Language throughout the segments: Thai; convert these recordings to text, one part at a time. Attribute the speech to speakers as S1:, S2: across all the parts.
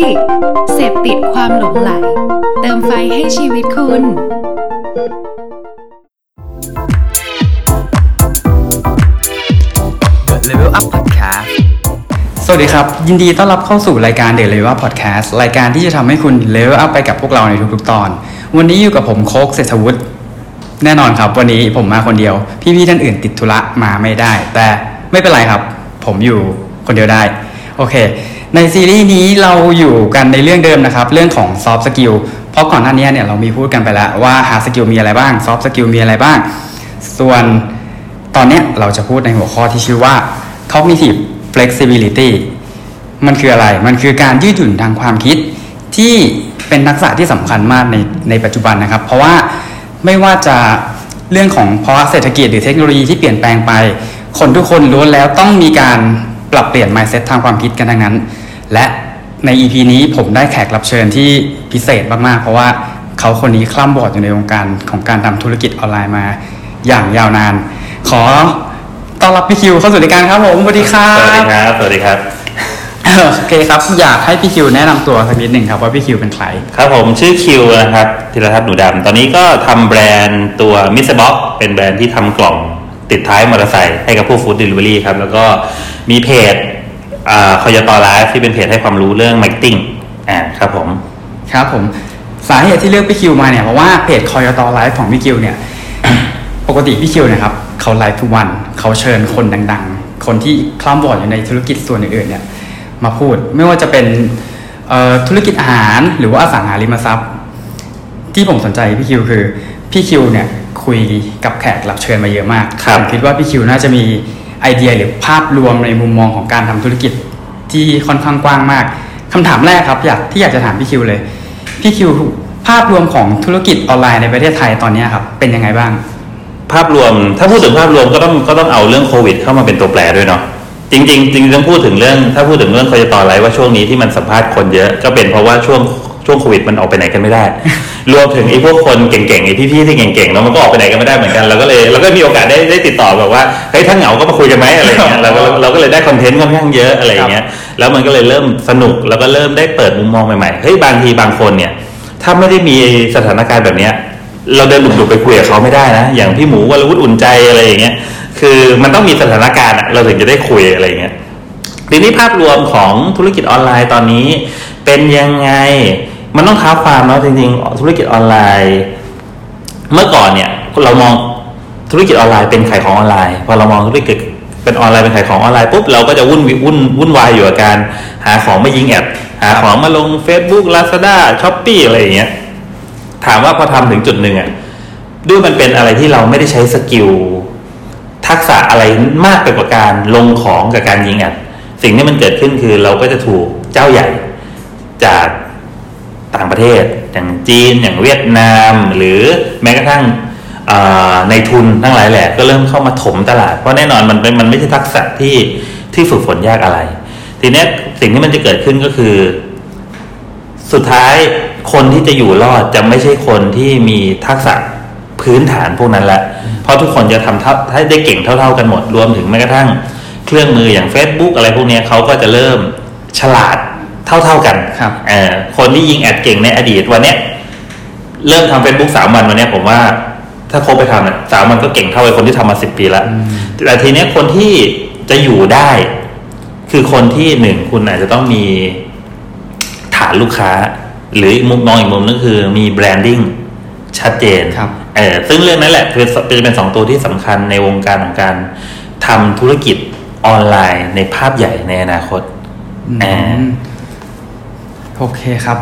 S1: ดิกเสพติดความหลงไหล เติมไฟให้ชีวิตคุณ
S2: The Level Up Podcast สวัสดีครับ ยินดีต้อนรับเข้าสู่รายการ The Level Up Podcast รายการที่จะทำให้คุณ Level Up ไปกับพวกเราในทุกๆตอน วันนี้อยู่กับผมโคกเศรษฐวุฒิแน่นอนครับ วันนี้ผมมาคนเดียว พี่ๆท่านอื่นติดธุระมาไม่ได้ แต่ไม่เป็นไรครับ ผมอยู่คนเดียวได้ โอเค ในซีรีส์นี้เราอยู่กันในเรื่องเดิมนะครับ เรื่องของ Soft Skill เพราะก่อนหน้านี้เนี่ยเรามีพูดกันไปแล้วว่า Hard Skill มีอะไรบ้าง Soft Skill มีอะไรบ้าง ส่วน ตอนเนี้ยเราจะพูดในหัวข้อที่ชื่อว่า cognitive flexibility มันคืออะไร มันคือการยืดหยุ่นทางความคิดที่เป็นทักษะที่สำคัญมากในในปัจจุบันนะครับ เพราะว่าไม่ว่าจะเรื่องของภาวะเศรษฐกิจหรือเทคโนโลยีที่เปลี่ยนแปลงไป คนทุกคนล้วนแล้วต้องมีการปรับเปลี่ยน mindset ทางความคิดกันทั้งนั้น และใน EP นี้ผมได้แขกรับเชิญที่พิเศษมากๆ เพราะว่าเขาคนนี้คล่ำบอดอยู่ในวงการของการทำธุรกิจออนไลน์มา อย่างยาวนาน ขอต้อนรับพี่คิวเข้าสู่รายการครับผมสวัสดีครับ
S3: สวัสดีครับ สวัสดีครับ
S2: โอเคครับ อยากให้พี่คิวแนะนำตัวสักนิดหนึ่งครับว่าพี่คิวเป็นใคร
S3: ครับผมชื่อคิวนะครับธีรทัศน์หนูดำ ตอนนี้ก็ทำแบรนด์ตัวมิสบ็อกเป็นแบรนด์ที่ทำกล่องติดท้ายมอเตอร์ไซค์ให้กับผู้ฟู้ดเดลิเวอรี่ครับ แล้วก็มีเพจคอยตอไลฟ์ที่เป็นเพจให้ความรู้เรื่องมาร์เก็ตติ้งอ่าครับผม
S2: ครับผมสาเหตุที่เลือกพี่คิวมาเนี่ยเพราะว่าเพจคอยตอไลฟ์ของพี่คิวเนี่ย ปกติพี่คิวเนะครับเขาไลฟ์ทุกวันเขาเชิญคนดังๆ คนที่คล่ำวอดอยู่ในธุรกิจส่วนอื่นๆเนี่ยมาพูดไม่ว่าจะเป็นเอ่อธุรกิจอาหารหรือว่าอสังหาริมทรัพย์ ที่ผมสนใจพี่คิวคือพี่คิวเนี่ยคุยกับแขกรับเชิญมาเยอะมาก
S3: ครับ
S2: ผมคิดว่าพี่คิวน่าจะมีไอเดียหรือภาพรวมในมุมมองของการทำธุรกิจที่ค่อนข้างกว้างมากคำถามแรกครับอยากที่อยากจะถามพี่คิวเลยพี่คิวภาพรวมของธุรกิจออนไลน์ในประเทศไทยตอนเนี้ยครับเป็นยังไงบ้าง
S3: ภาพรวมถ้าพูดถึงภาพรวมก็ต้องก็ต้องเอาเรื่องโควิดเข้ามาเป็นตัวแปรด้วยเนาะจริงๆจริงๆต้องพูดถึงเรื่องถ้าพูดถึงเรื่องคอยตอไลฟ์ว่าช่วงนี้ที่มันสัมภาษณ์คนเยอะ ก็เป็นเพราะว่าช่วงช่วงโควิดมันออกไปไหนกันไม่ได้ รวมถึงไอ้พวกคนเก่งๆไอ้พี่ๆที่เก่งๆแล้วมันก็ออกไปไหนกันไม่ได้เหมือนกันเราก็เลยเราก็มีโอกาสได้ได้ติดต่อแบบว่าเฮ้ยถ้าเหงาก็มาคุยกันไหมอะไรอย่างเงี้ยเราก็เราก็เลยได้คอนเทนต์ค่อนข้างเยอะอะไรอย่างเงี้ยแล้วมันก็เลยเริ่มสนุกแล้วก็เริ่มได้เปิดมุมมองใหม่ๆเฮ้ยบางทีบางคนเนี่ย ถ้าไม่ได้มีสถานการณ์แบบเนี้ย เราเดินดุกๆไปคุยกับเขาไม่ได้นะ อย่างพี่หมูวรวุฒิอุ่นใจอะไรอย่างเงี้ย คือมันต้องมีสถานการณ์อะเราถึงจะได้คุยอะไรอย่างเงี้ย ทีนี้ภาพรวมของธุรกิจออนไลน์ตอนนี้เป็นยังไง มันต้องเท้าความเนาะจริงๆ ธุรกิจออนไลน์ เมื่อก่อนเนี่ยเรามองธุรกิจออนไลน์เป็นขายของออนไลน์พอเรามองธุรกิจเป็นออนไลน์เป็นขายของออนไลน์ปุ๊บเราก็จะวุ่นวิวุ่นวุ่นวายอยู่กับการหาของมายิงแอดหาของมาลง Facebook Lazada s h o p e e อะไรอย่างเงี้ย ถามว่าพอทำถึงจุดหนึ่งอะด้วยมันเป็นอะไรที่เราไม่ได้ใช้สกิล ทักษะอะไรมากไปกว่าการลงของกับการยิงแอดสิ่งที่มันเกิดขึ้นคือเราก็จะถูกเจ้าใหญ่จากต่างประเทศ อย่างจีนอย่างเวียดนาม หรือแม้กระทั่งเอ่อในทุนทั้งหลายแหละก็เริ่มเข้ามาถมตลาด เพราะแน่นอนมันเป็นมันไม่ใช่ทักษะที่ที่ฝึกฝนยากอะไร ทีเนี้ยสิ่งที่มันจะเกิดขึ้นก็คือ สุดท้ายคนที่จะอยู่รอดจะไม่ใช่คนที่มีทักษะพื้นฐานพวกนั้นแหละ เพราะทุกคนจะทำเท่าถ้าได้เก่งเท่า ๆกันหมด รวมถึงแม้กระทั่งเครื่องมืออย่าง Facebook อะไรพวกเนี้ยเขาก็จะเริ่มฉลาดเท่าๆกัน
S2: ครับ
S3: เอ่อคนที่ยิงแอดเก่งในอดีตวันเนี้ยเริ่มทำ Facebook สามวันวันเนี้ยผมว่า ถ้าโคกไปทำเนี่ยสามวันก็เก่งเท่าไอ้คนที่ทำมาสิบปีละแต่ทีเนี้ยคนที่จะอยู่ได้ คือคนที่หนึ่งคุณอาจจะต้องมี ฐานลูกค้า หรืออีกมุมมองอีกมุมนึงคือมีแบรนดิ้งชัดเจน
S2: ครับ
S3: เออซึ่งเรื่องนั้นแหละคือเป็นเป็นสองตัวที่สำคัญในวงการของการทำธุรกิจออนไลน์ในภาพใหญ่ในอนาคต อ่า
S2: โอเคครับ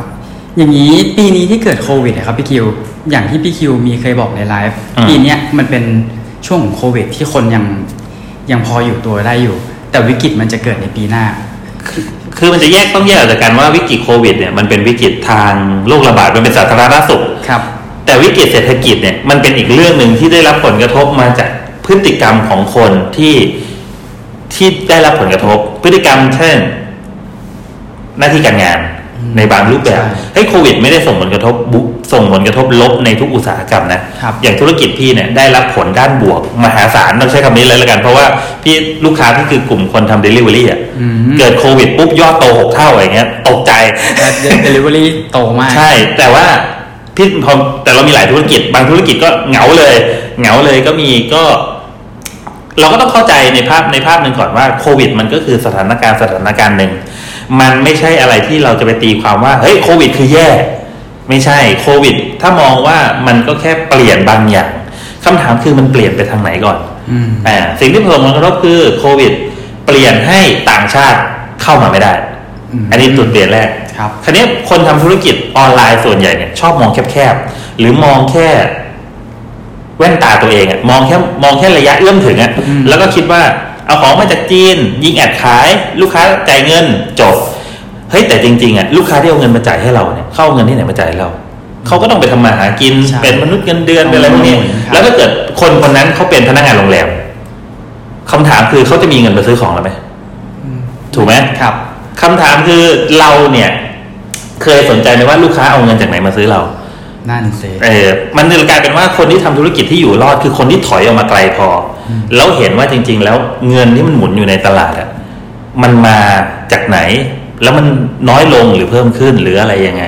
S2: อย่างนี้ปีนี้ที่เกิดโควิดนะครับพี่คิว อย่างที่พี่คิวมีเคยบอกในไลฟ์
S3: อืม
S2: ปีเนี้ยมันเป็นช่วงของโควิด ที่คนยังยังพออยู่ตัวได้อยู่ แต่วิกฤตมันจะเกิดในปีหน้า
S3: คือมันจะแยกต้องแยกออกจากกันว่าวิกฤตโควิดเนี่ยมันเป็นวิกฤตทางโรคระบาดมันเป็นสาธารณสุข
S2: ครับ
S3: แต่วิกฤตเศรษฐกิจเนี่ยมันเป็นอีกเรื่องหนึ่งที่ได้รับผลกระทบมาจากพฤติกรรมของคนที่ที่ได้รับผลกระทบ พฤติกรรมเช่น หน้าที่การงานในบางรูปแบบ
S2: ใช่
S3: เฮ้ยโควิดไม่ได้ส่งผลกระทบบุส่งผลกระทบลบในทุกอุตสาหกรรมนะครับ อย่างธุรกิจพี่เนี่ยได้รับผลด้านบวก มหาศาลต้องใช้คำนี้เลยละกัน เพราะว่าพี่ลูกค้าพี่คือกลุ่มคนทำเดลิเวอรี่อ่ะ
S2: อืม
S3: เกิดโควิดปุ๊บยอดโตหกเท่าอะไรเงี้ยตกใจ
S2: เดลิเวอรี่โตมาก
S3: ใช่ แต่ว่าพี่พอแต่เรามีหลายธุรกิจ บางธุรกิจก็เหงาเลย เหงาเลยก็มีก็ เราก็ต้องเข้าใจในภาพในภาพหนึ่งก่อนว่าโควิด มันก็คือสถานการณ์สถานการณ์หนึ่งมันไม่ใช่อะไรที่เราจะไปตีความว่าเฮ้ยโควิด คือแย่ ไม่ใช่โควิด ถ้ามองว่ามันก็แค่เปลี่ยนบางอย่างคำถามคือมันเปลี่ยนไปทางไหนก่อน
S2: อืม
S3: อ่าสิ่งที่ผมผลกระทบคือโควิด เปลี่ยนให้ต่างชาติเข้ามาไม่ได้ อันนี้จุดเปลี่ยนแรก
S2: ครับ
S3: คราวนี้คนทำธุรกิจออนไลน์ส่วนใหญ่เนี่ยชอบมองแคบๆ หรือมองแค่แว่นตาตัวเองอะมองแค่มองแค่ระยะเอื้อมถึงอะ
S2: อืม
S3: แล้วก็คิดว่าเอาของมาจากจีน ยิงแอดขาย ลูกค้าจ่ายเงินจบเฮ้ยแต่จริงๆอะลูกค้าที่เอาเงินมาจ่ายให้เราเนี่ยเขาเอาเงินที่ไหนมาจ่ายให้เราเขาก็ต้องไปทำมาหากิน
S2: ใช่
S3: เป็นมนุษย์เงินเดือนเป็นอะไรพวกนี้
S2: ครับ
S3: แล้วถ้าเกิดคนคนนั้นเขาเป็นพนักงานโรงแรมคำถามคือเขาจะมีเงินมาซื้อของเราไหมถูกไหม
S2: ครับ
S3: คำถามคือเราเนี่ย เคยสนใจไหมว่าลูกค้าเอาเงินจากไหนมาซื้อเรา
S2: นั่นสิ
S3: เออมันเลยกลายเป็นว่าคนที่ทำธุรกิจที่อยู่รอดคือคนที่ถอยออกมาไกลพออแล้วเห็นว่าจริง ๆ แล้วเงินที่มันหมุนอยู่ในตลาดอะมันมาจากไหน แล้วมันน้อยลงหรือเพิ่มขึ้นหรืออะไรยังไง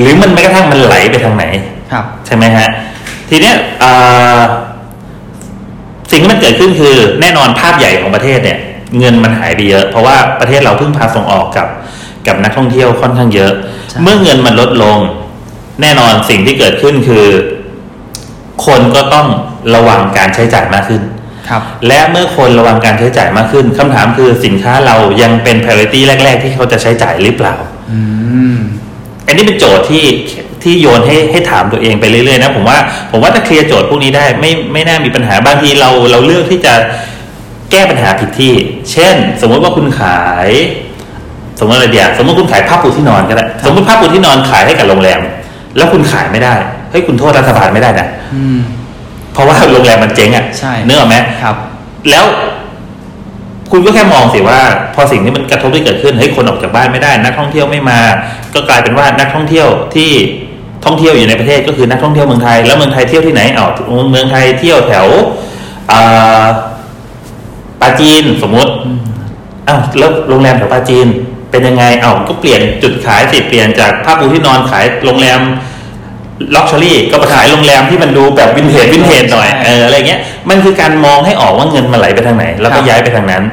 S3: หรือมันแม้กระทั่งมันไหลไปทางไหน
S2: ครับ
S3: ใช่ไหมฮะ ทีเนี้ยเอ่อสิ่งที่มันเกิดขึ้นคือ แน่นอนภาพใหญ่ของประเทศเนี่ย เงินมันหายไปเยอะ เพราะว่าประเทศเราเพิ่งพาส่งออกกับ กับนักท่องเที่ยวค่อนข้างเยอะ
S2: ใช่
S3: เมื่อเงินมันลดลง แน่นอนสิ่งที่เกิดขึ้นคือ คนก็ต้องระวังการใช้จ่ายมากขึ้น
S2: ครับ
S3: และเมื่อคนระวังการใช้จ่ายมากขึ้นคำถามคือสินค้าเรายังเป็น priority แรก ๆ ที่เขาจะใช้จ่ายหรือเปล่า
S2: อืม
S3: อันนี้เป็นโจทย์ที่ที่โยนให้ให้ถามตัวเองไปเรื่อยๆนะผมว่าผมว่าถ้าเคลียร์โจทย์พวกนี้ได้ไม่ไม่น่ามีปัญหาบางทีเราเราเลือกที่จะแก้ปัญหาผิดที่ เช่น สมมติว่าคุณขาย สมมติอะไรเดียวสมมติคุณขายผ้าปูที่นอนก็ได้สมมติผ้าปูที่นอนขายให้กับโรงแรม แล้วคุณขายไม่ได้เฮ้ยคุณโทษรัฐบาลไม่ได้นะ
S2: อืม
S3: เพราะว่าโรงแรมมันเจ๊งอ่ะ
S2: ใช่
S3: เนื้ออกไหม
S2: ครับ
S3: แล้วคุณก็แค่มองสิว่า พอสิ่งที่มันกระทบที่เกิดขึ้นเฮ้ยคนออกจากบ้านไม่ได้ นักท่องเที่ยวไม่มา ก็กลายเป็นว่านักท่องเที่ยวที่ท่องเที่ยวอยู่ในประเทศก็คือนักท่องเที่ยวเมืองไทยแล้วเมืองไทยเที่ยวที่ไหนอ้าวเมืองไทยเที่ยวแถวอ่าปาจีนสมมติอ้าวแล้วโรงแรมแถวปาจีน เป็นยังไงอ้าวก็เปลี่ยนจุดขายสิเปลี่ยนจากผ้าปูที่นอนขายโรงแรม ล็อกชอรี่ก็ไปขายโรงแรมที่มันดูแบบวินเทจวินเทจหน่อย
S2: ใช่
S3: เอออะไรเงี้ยมันคือการมองให้ออกว่าเงินมันไหลไปทางไหน แล้ว
S2: ค
S3: ก็
S2: รับ
S3: ย้ายไปทางนั้น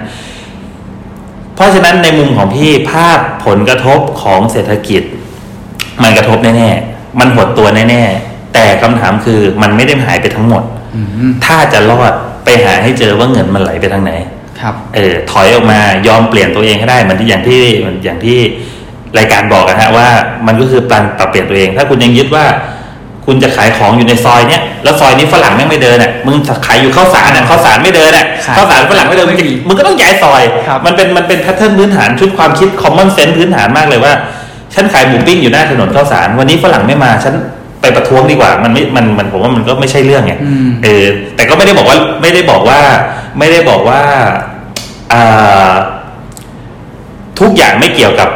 S3: เพราะฉะนั้นในมุมของพี่ภาพผลกระทบของเศรษฐกิจ มันกระทบแน่ๆมันหดตัวแน่ๆแต่คำถามคือมันไม่ได้หายไปทั้งหมด
S2: อืม
S3: ถ้าจะรอดไปหาให้เจอว่าเงินมันไหลไปทางไหน
S2: ครับ
S3: เออถอยออกมายอมเปลี่ยนตัวเองให้ได้เหมือนที่อย่างที่เหมือนอย่างที่รายการบอกนะฮะว่ามันก็คือการปรับเปลี่ยนตัวเอง ถ้าคุณยังยึดว่า คุณจะขายของอยู่ในซอยเนี้ยแล้วซอยนี้ฝรั่งแม่งไม่เดินอ่ะมึงขายอยู่ข้าวสารอ่ะข้าวสารไม่เดินอ่ะ
S2: ขาย
S3: ข้าวสารฝรั่งไม่เดินมึงจะ
S2: ไม่มี
S3: มึงก็ต้องย้ายซอย
S2: ครับ
S3: มันเป็นมันเป็นแพทเทิร์นพื้นฐานชุดความคิด common sense พื้นฐานมากเลยว่าฉันขายหมูปิ้งอยู่หน้าถนนข้าวสารวันนี้ฝรั่งไม่มาฉันไปประท้วงดีกว่ามันไม่มันมันผมว่ามันก็ไม่ใช่เรื่องไง
S2: อืม
S3: เออแต่ก็ไม่ได้บอกว่าไม่ได้บอกว่าไม่ได้บอกว่า อ่าทุกอย่างไม่เกี่ยวกับ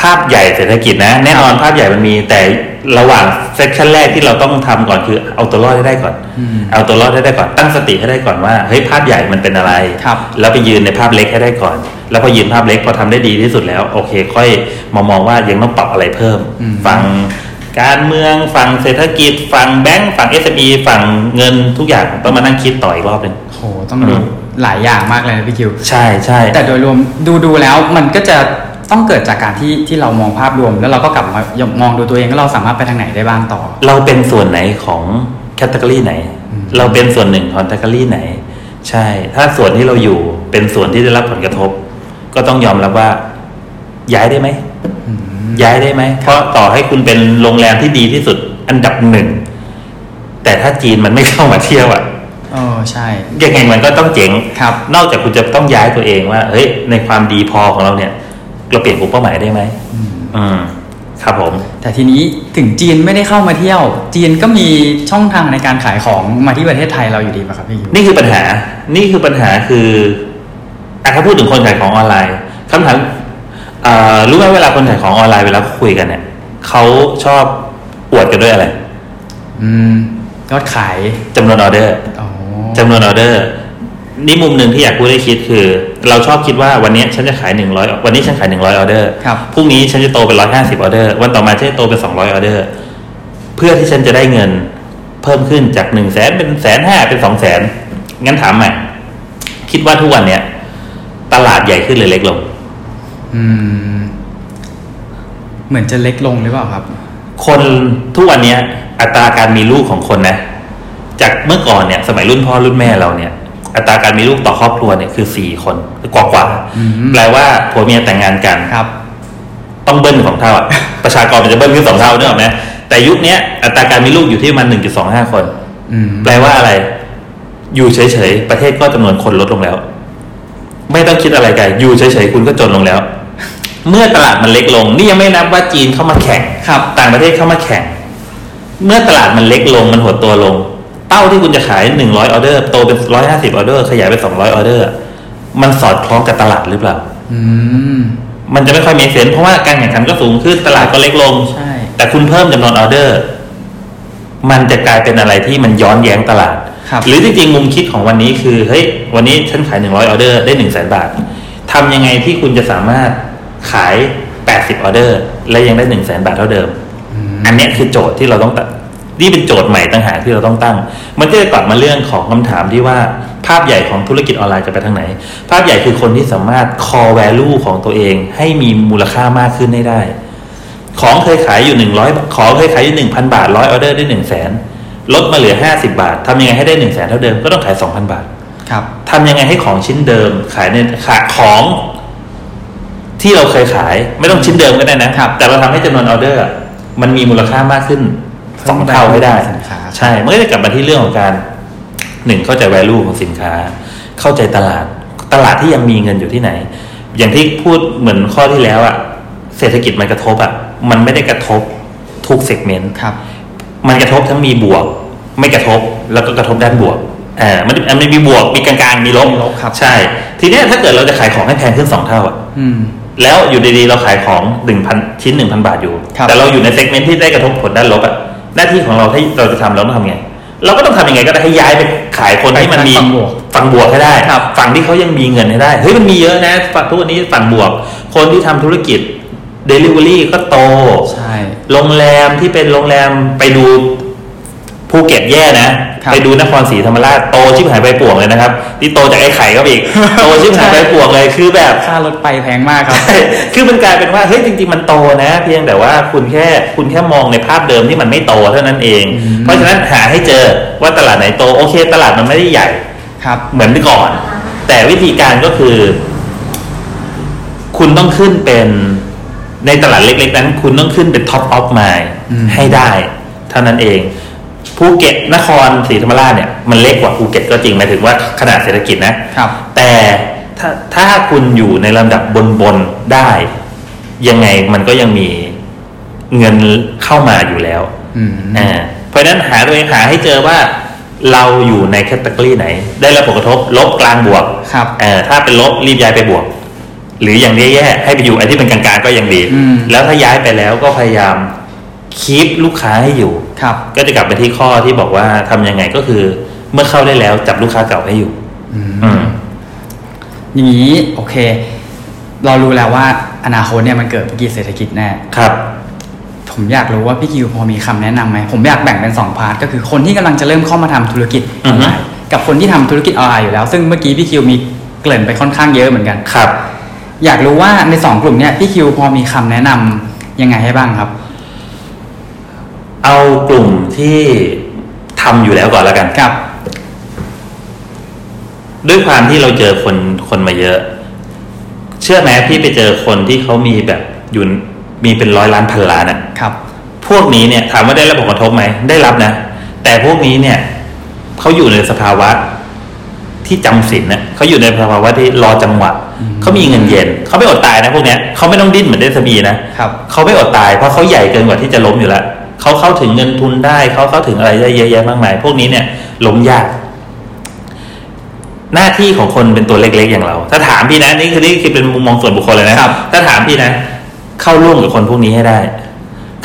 S3: ภาพใหญ่เศรษฐกิจนะ แน่นอนภาพใหญ่มันมี แต่ระหว่างเซสชันแรกที่เราต้องทำก่อนคือเอาตัวรอดให้ได้ก่อน
S2: อืม
S3: เอาตัวรอดให้ได้ก่อนตั้งสติให้ได้ก่อนว่าเฮ้ยภาพใหญ่มันเป็นอะไร
S2: ครับ
S3: แล้วไปยืนในภาพเล็กให้ได้ก่อน แล้วพอยืนภาพเล็กพอทำได้ดีที่สุดแล้ว โอเค ค่อยมามองว่ายังต้องปรับอะไรเพิ่ม
S2: อืม
S3: ฝั่งการเมืองฝั่งเศรษฐกิจ ฝั่งแบงก์ฝั่ง SME ฝั่งเงินทุกอย่างต้องมานั่งคิดต่ออีกรอบหนึ่ง
S2: โห ต้องดู
S3: อืม
S2: หลายอย่างมากเลยนะพี่คิว
S3: ใช่ใช่
S2: แต่โดยรวมดูดูแล้วมันก็จะต้องเกิดจากการที่ที่เรามองภาพรวม แล้วเราก็กลับมามองดูตัวเองว่าเราสามารถไปทางไหนได้บ้างต่อ
S3: เราเป็นส่วนไหนของแคตตา o r y ไหน เราเป็นส่วนหนึ่งของแคตตา o r y ไหน ใช่ ถ้าส่วนที่เราอยู่เป็นส่วนที่ได้รับผลกระทบ ก็ต้องยอมรับว่า ย้ายได้ไหม ย้ายได้ไหมเพราะต่อให้คุณเป็นโรงแรมที่ดีที่สุดอันดับหนึ่ง แต่ถ้าจีนมันไม่เข้ามาเที่ยวอะ
S2: เออใช่
S3: ยังไงมันก็ต้องเจ๋ง
S2: ครับ
S3: นอกจากคุณจะต้องย้ายตัวเองว่า เฮ้ย ในความดีพอของเราเนี่ย เราเปลี่ยนกลุ่มเป้าหมายได้ไหมอืม ครับผม
S2: แต่ทีนี้ถึงจีนไม่ได้เข้ามาเที่ยว จีนก็มีช่องทางในการขายของมาที่ประเทศไทยเราอยู่ดีป่ะครับพี่คิว
S3: นี่คือปัญหา นี่คือปัญหาคืออ่ะถ้าพูดถึงคนขายของออนไลน์คำถามเอ่อรู้ไหมเวลาคนขายของออนไลน์เวลาคุยกันเนี่ยเขาชอบอวดกันด้วยอะไร
S2: อืมยอดขาย
S3: จำนวนออเดอร์
S2: อ๋อ
S3: จำนวนออเดอร์ นี่มุมหนึ่งที่อยากพูดให้คิดคือ เราชอบคิดว่าวันนี้ฉันจะขาย100วันนี้ฉันขาย100ออเดอร์
S2: ครับ
S3: พรุ่งนี้ฉันจะโตเป็น150ออเดอร์วันต่อมาฉันจะโตเป็น200ออเดอร์เพื่อที่ฉันจะได้เงินเพิ่มขึ้นจาก1นึ่งแสนเป็นแสนห้าเป็นสองแสนงั้นถามใหม่คิดว่าทุกวันเนี้ยตลาดใหญ่ขึ้นหรือเล็กลง
S2: อืม เหมือนจะเล็กลงหรือเปล่าครับ
S3: คนทุกวันเนี้ยอัตราการมีลูกของคนนะ จากเมื่อก่อนเนี่ยสมัยรุ่นพ่อรุ่นแม่เราเนี่ย อัตราการมีลูกต่อครอบครัวเนี่ยคือสี่คนกว่ากว่าๆ
S2: อืม
S3: แปลว่าผัวเมียแต่งงานกัน
S2: ครับ
S3: ต้องเบิ้ลของเท่าอะ ประชากรมันจะเบิ้ลขึ้นสองเท่าเนี่ยหรอกไหมแต่ยุคเนี้ยอัตราการมีลูกอยู่ที่ประมันหนึ่งจุดสองห้า1.25 คน
S2: อืม
S3: แปลว่าอะไร อยู่เฉยๆ ประเทศก็จำนวนคนลดลงแล้ว ไม่ต้องคิดอะไรไกลอยู่เฉยๆ คุณก็จนลงแล้ว เมื่อตลาดมันเล็กลง นี่ยังไม่นับว่าจีนเข้ามาแข่ง
S2: ครับ
S3: ต่างประเทศเข้ามาแข่ง เมื่อตลาดมันเล็กลง มันหดตัวลง เป้าที่คุณจะขายหนึ่งร้อยออเดอร์ โตเป็นร้อยห้าสิบออเดอร์ ขยายไปสองร้อยออเดอร์ มันสอดคล้องกับตลาดหรือเปล่า
S2: อืม
S3: มันจะไม่ค่อยมีเซนเพราะว่าการแข่งขันก็สูงขึ้นตลาดก็เล็กลง
S2: ใช่
S3: แต่คุณเพิ่มจำนวนออเดอร์ มันจะกลายเป็นอะไรที่มันย้อนแย้งตลาด
S2: ครับ
S3: หรือจริงๆมุมคิดของวันนี้คือ เฮ้ย วันนี้ฉันขาย 100 ออเดอร์ได้ 1 0 0 0 0แบาททำยังไงที่คุณจะสามารถขาย 80 ออเดอร์ และยังได้ 1 0 0 0 0 0 บาทเท่าเดิม อันเนี้ยคือโจทย์ที่เราต้องตัดนี่เป็นโจทย์ใหม่ต่างหากที่เราต้องตั้ง มันก็จะกลับมาเรื่องของคำถามที่ว่าภาพใหญ่ของธุรกิจออนไลน์จะไปทางไหน ภาพใหญ่คือคนที่สามารถ core value ของตัวเอง ให้มีมูลค่ามากขึ้นให้ได้ ของเคยขายอยู่หนึ่งร้อยของเคยขายอยู่หนึ่งพันบาทร้อยออเดอร์ได้หนึ่งแสนลดมาเหลือห้าสิบาททำยังไงให้ได้หนึ่งแสนเท่าเดิมก็ต้องขายสองพันบาท
S2: ครับ
S3: ทำยังไงให้ของชิ้นเดิม ขายในขายของ ที่เราเคยขาย ไม่ต้องชิ้นเดิมก็ได้นะครับแต่เราทำให้จำนวนออเดอร์อะมันมีมูลค่ามากขึ้นสองเท่าให้ได้
S2: สินค้า
S3: ใช่มันก็จะกลับมาที่เรื่องของการหนึ่งเข้าใจ value ของสินค้า เข้าใจตลาด ตลาดที่ยังมีเงินอยู่ที่ไหน อย่างที่พูดเหมือนข้อที่แล้วอะเศรษฐกิจมันกระทบอะมันไม่ได้กระทบทุกเซกเมนต์
S2: ครับ
S3: มันกระทบทั้งมีบวก ไม่กระทบแล้วก็กระทบด้านบวกอ่ามันมันมีบวกมีกลางๆมีลบ
S2: มีลบครับ
S3: ใช่ ทีเนี้ยถ้าเกิดเราจะขายของให้แพงขึ้นสองเท่าอะ
S2: อืม
S3: แล้วอยู่ดีๆ เราขายของหนึ่งพันชิ้นหนึ่งพันบาทอยู่
S2: ครับ
S3: แต่เราอยู่ในเซกเมนต์ที่ได้กระทบผลด้านลบอะหน้าที่ของเราที่เราจะทำเราต้องทำไง เราก็ต้องทำยังไงก็ได้ให้ย้ายไปขายคนที่มันมี
S2: ฝั่งบวก
S3: ฝั่งบวกให้ได้ฝั่งที่เขายังมีเงินให้ได้ เฮ้ยมันมีเยอะนะฝั่งทุกวันนี้ฝั่งบวก คนที่ทำธุรกิจ Delivery ก็โต
S2: ใช่
S3: โรงแรมที่เป็นโรงแรมไปดูภูเก็ตแย่นะ
S2: ครับ
S3: ไปดูนครศรีธรรมราชโตชิบหายไปป่วงเลยนะครับที่โตจากไอ้ไข่ก็ไป อีก โตชิบหายไปป่วงเลยคือแบบ
S2: ค่ารถไปแพงมากครับ
S3: ใช่คือมันกลายเป็นว่าเฮ้ยจริงๆมันโตนะ เพียงแต่ว่าคุณแค่คุณแค่มองในภาพเดิมที่มันไม่โตเท่านั้นเอง
S2: อืม
S3: เพราะฉะนั้นหาให้เจอว่าตลาดไหนโตโอเค ตลาดมันไม่ได้ใหญ่
S2: ครับ
S3: เหมือนเมื่อก่อน แต่วิธีการก็คือ คุณต้องขึ้นเป็นในตลาดเล็กๆนั้น คุณต้องขึ้นเป็นท็อปออฟมาย
S2: อืม
S3: ให้ได้ เท่านั้นเองภูเก็ตนครศรีธรรมราชเนี่ยมันเล็กกว่าภูเก็ตก็จริงหมายถึงว่าขนาดเศรษฐกิจนะ
S2: ครับ
S3: แต่ถ้าถ้าคุณอยู่ในลำดับบนบนๆได้ ยังไงมันก็ยังมีเงินเข้ามาอยู่แล้ว
S2: อืม
S3: อ่าเพราะฉะนั้นหาตัวเองหาให้เจอว่าเราอยู่ในแคตตากรีไหน ได้รับผลกระทบลบกลางบวก
S2: ครับ
S3: เอ่อถ้าเป็นลบรีบย้ายไปบวก หรืออย่างแย่ๆให้ไปอยู่ไอ้ที่เป็นกลางๆก็ยังดี
S2: อืม
S3: แล้วถ้าย้ายไปแล้วก็พยายามคีปลูกค้าให้อยู่
S2: ครับ
S3: ก็จะกลับไปที่ข้อที่บอกว่าทำยังไงก็คือ เมื่อเข้าได้แล้วจับลูกค้าเก่าให้อยู่
S2: อืม
S3: อืม
S2: อย่างนี้โอเค เรารู้แล้วว่าอนาคตเนี่ยมันเกิดวิกฤตเศรษฐกิจแน่
S3: ครับ
S2: ผมอยากรู้ว่าพี่คิวพอมีคำแนะนำไหม ผมอยากแบ่งเป็น 2 พาร์ทก็คือคนที่กำลังจะเริ่มเข้ามาทำธุรกิจอ
S3: อื
S2: อ
S3: อนฮึ
S2: ไลน์กับคนที่ทำธุรกิจออนไลน์อยู่แล้ว ซึ่งเมื่อกี้พี่คิวมีเกริ่นไปค่อนข้างเยอะเหมือนกัน
S3: ครับ
S2: อยากรู้ว่าใน 2 กลุ่มเนี่ยพี่คิวพอมีคำแนะนำยังไงให้บ้างครับ
S3: เอากลุ่มที่ทำอยู่แล้วก่อนแล้วกัน
S2: กับ
S3: ด้วยความที่เราเจอคนคนมาเยอะ เชื่อไหมพี่ไปเจอคนที่เขามีแบบอยู่มีเป็นร้อยล้านพันล้านอะ่ะ
S2: ครับ
S3: พวกนี้เนี่ยถามว่าได้รับผลกระทบไหมได้รับนะ แต่พวกนี้เนี่ยเขาอยู่ในสภาวะที่จำศีลนะเขาอยู่ในสภาวะที่รอจังหวะเขามีเงินเย็นเขาไม่อดตายนะพวกเนี้ยเขาไม่ต้องดิ้นเหมือนเดซบีนะ
S2: ครับ
S3: เขาไม่อดตายเพราะเขาใหญ่เกินกว่าที่จะล้มอยู่แล้วเขาเข้าถึงเงินทุนได้ เขาเข้าถึงอะไรได้เยอะแยะมากมาย พวกนี้เนี่ยล้มยาก หน้าที่ของคนเป็นตัวเล็กๆอย่างเรา ถ้าถามพี่นะนี่คือนี่คือเป็นมุมมองส่วนบุคคลเลยนะถ้าถามพี่นะ เข้าร่วมกับคนพวกนี้ให้ได้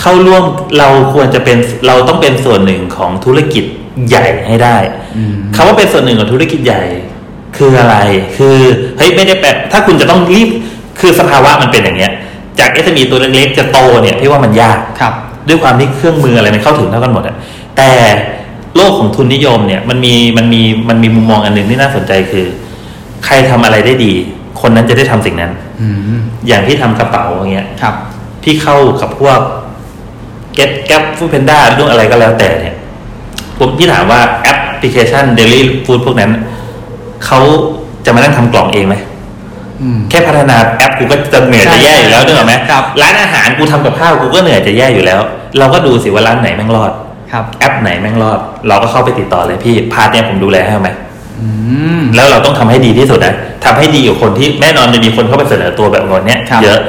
S3: เข้าร่วมเราควรจะเป็นเราต้องเป็นส่วนหนึ่งของธุรกิจใหญ่ให้ได้
S2: อืม
S3: คำว่าเป็นส่วนหนึ่งของธุรกิจใหญ่ คืออะไร คือเฮ้ยไม่ได้แปลถ้าคุณจะต้องรีบ คือสภาวะมันเป็นอย่างเงี้ย จาก SME ตัวเล็กๆ จะโตเนี่ยพี่ว่ามันยาก
S2: ครับ
S3: ด้วยความที่เครื่องมืออะไรมันเข้าถึงเท่ากันหมดอะแต่โลกของทุนนิยมเนี่ยมันมีมันมีมันมีมุมมองอันหนึ่งที่น่าสนใจคือ ใครทำอะไรได้ดี คนนั้นจะได้ทำสิ่งนั้น
S2: อืม
S3: อย่างที่ทำกระเป๋าอย่างเงี้ย
S2: ครับ
S3: ที่เข้ากับพวกเก็ตแก p ฟู้ดเพนด้าหรืออะไรก็แล้วแต่เนี่ย ผมพี่ถามว่าแอปพลิเคชันเดลี่ฟู้ดพวกนั้น เขาจะมานั่งทำกล่องเองไหม
S2: อืม
S3: แค่พัฒนาแอปกูก็จะเหนื่อย
S2: ใช่
S3: จะแย่อยู่แล้วนึกออกไหม
S2: ครับ
S3: ร้านอาหารกูทำกับข้าวกูก็เหนื่อยจะแย่อยู่แล้ว เราก็ดูสิว่าร้านไหนแม่งรอด
S2: ครับ
S3: แอปไหนแม่งรอด เราก็เข้าไปติดต่อเลยพี่พาร์ทเนี่ยผมดูแลให้ไหม
S2: อืม
S3: แล้วเราต้องทำให้ดีที่สุดนะทำให้ดีอยู่าคนที่แน่นอนจะมีคนเข้าไปเสนอตัวแบบคนเนี้ย
S2: ครับ
S3: เยอะ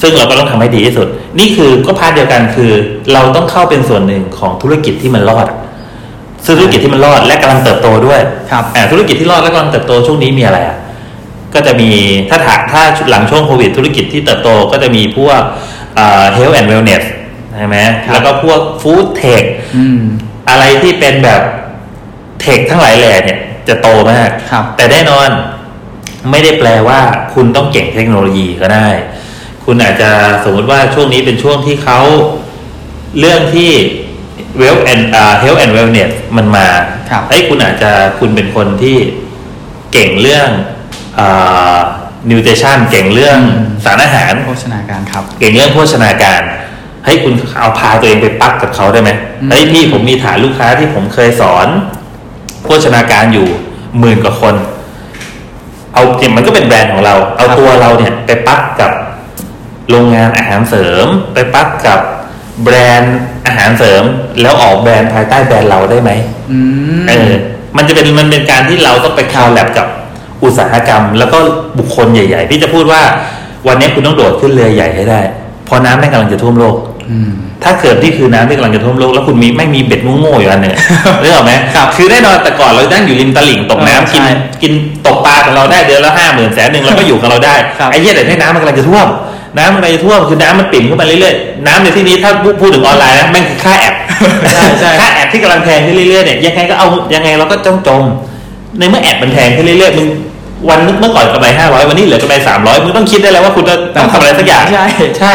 S3: ซึ่งเราก็ต้องทำให้ดีที่สุด นี่คือก็พาร์ทเดียวกันคือ เราต้องเข้าเป็นส่วนหนึ่งของธุรกิจที่มันรอดอะซึ่งธุรกิจที่มันรอดและกำลังเติบโตด้วย
S2: ครับ
S3: อ่าธุรกิจที่รอดและกำลังเติบโตช่วงนี้มีอะไรอ่ะก็จะมีถ้าถามถ้าหลังช่วงโควิด ธุรกิจที่เติบโตก็จะมีพวกเอ่อ health and wellness ใช่ไหม
S2: ครับ
S3: แล้วก็พวก food tech
S2: อืม
S3: อะไรที่เป็นแบบเทคทั้งหลายแหล่เนี่ย จะโตมาก
S2: ครับ
S3: แต่แน่นอนไม่ได้แปลว่าคุณต้องเก่งเทคโนโลยีก็ได้ คุณอาจจะสมมติว่าช่วงนี้เป็นช่วงที่เขาเรื่องที่ well and uh, health and wellness มันมา
S2: ครับ
S3: เอ้ยคุณอาจจะคุณเป็นคนที่เก่งเรื่องอ nutrition เก่งเรื่องสารอาหาร
S2: โภชนาการครับ
S3: เก่งเรื่องโภชนาการเฮ้ยคุณเอาพาตัวเองไปปักกับเขาได้ไหม
S2: อืม
S3: เฮ้ยพี่ผมมีฐานลูกค้าที่ผมเคยสอน โภชนาการอยู่หมื่นกว่าคน เอาเนี่ยมันก็เป็นแบรนด์ของเรา เอาตัวเราเนี่ยไปปักกับโรงงานอาหารเสริม ไปปักกับแบรนด์อาหารเสริม แล้วออกแบรนด์ภายใต้แบรนด์เราได้ไหม
S2: อืม
S3: เออ มันจะเป็นมันเป็นการที่เราต้องไปคาวแลบกับอุตสาหกรรม แล้วก็บุคคลใหญ่ ๆ พี่จะพูดว่าวันนี้คุณต้องโดดขึ้นเรือใหญ่ให้ได้เพราะน้ำแม่งกำลังจะท่วมโลก
S2: อืม
S3: ถ้าเกิดนี่คือน้ำที่กำลังจะท่วมโลกแล้วคุณมีไม่มีเบ็ดโง่ๆอยู่อันหนึ่ง เรื่องไหม
S2: ครับ
S3: คือแน่นอนแต่ก่อนเราตั้งอยู่ริมตลิ่งตกน้ำ
S2: เออ
S3: กิน
S2: ใช่
S3: กินตกปลาของเราได้เดือนละห้าหมื่นแสนหนึ่ งเราก็อยู่ของเราได้
S2: ครับ
S3: ไอ้เหี้ยแต่ให้น้ำมันกำลังจะท่วม น้ำมันกำลังจะท่วมคือน้ำมันปิ่มขึ้นมาเรื่อยๆน้ำในที่นี้ถ้าพูดถึงออนไลน์นะแม่งคือค่าแอบ
S2: ใช่ใช่
S3: ค่าแอบที่กำลังแพงขึ้นเรื่อยๆเนี่ยยังไงก็เอายังไงเราก็จ้องจม ในเมื่อแอบมันแพงขึ้นเรื่อยๆมึงวันนึงเมื่อก่อนกำไรห้าร้อยวันนี้เหลือกำไรสามร้อยมึงต้องคิดได้แล้วว่าคุณจะต้องทำอะไรสักอย่าง
S2: ใช่
S3: ใช่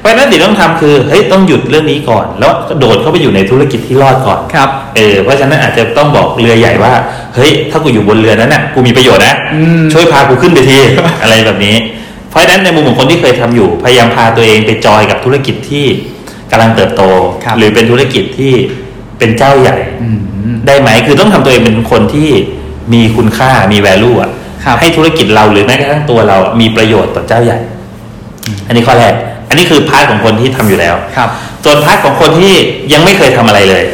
S3: เพราะฉะนั้นสิ่งที่ต้องทำคือเฮ้ยต้องหยุดเรื่องนี้ก่อน แล้วโดดเข้าไปอยู่ในธุรกิจที่รอดก่อน
S2: ครับ
S3: เออเพราะฉะนั้นอาจจะต้องบอกเรือใหญ่ว่า เฮ้ย ถ้ากูอยู่บนเรือนั้นน่ะกูมีประโยชน์นะ
S2: อืม
S3: ช่วยพากูขึ้นไปที อะไรแบบนี้ เพราะฉะนั้นในมุมของคนที่เคยทำอยู่ พยายามพาตัวเองไปจอยกับธุรกิจที่กำลังเติบโต
S2: ครับ
S3: หรือเป็นธุรกิจที่เป็นเจ้าใหญ่
S2: อืม
S3: ได้ไหมคือต้องทำตัวเองเป็นคนที่มีคุณค่ามี value อะ
S2: ครับ
S3: ให้ธุรกิจเราหรือแม้กระทั่งตัวเราอะมีประโยชน์ต่อเจ้าใหญ่ อันนี้ข้อแรก อันนี้คือพาร์ทของคนที่ทำอยู่แล้ว
S2: ครับ
S3: ส่วนพาร์ทของคนที่ยังไม่เคยทำอะไรเลย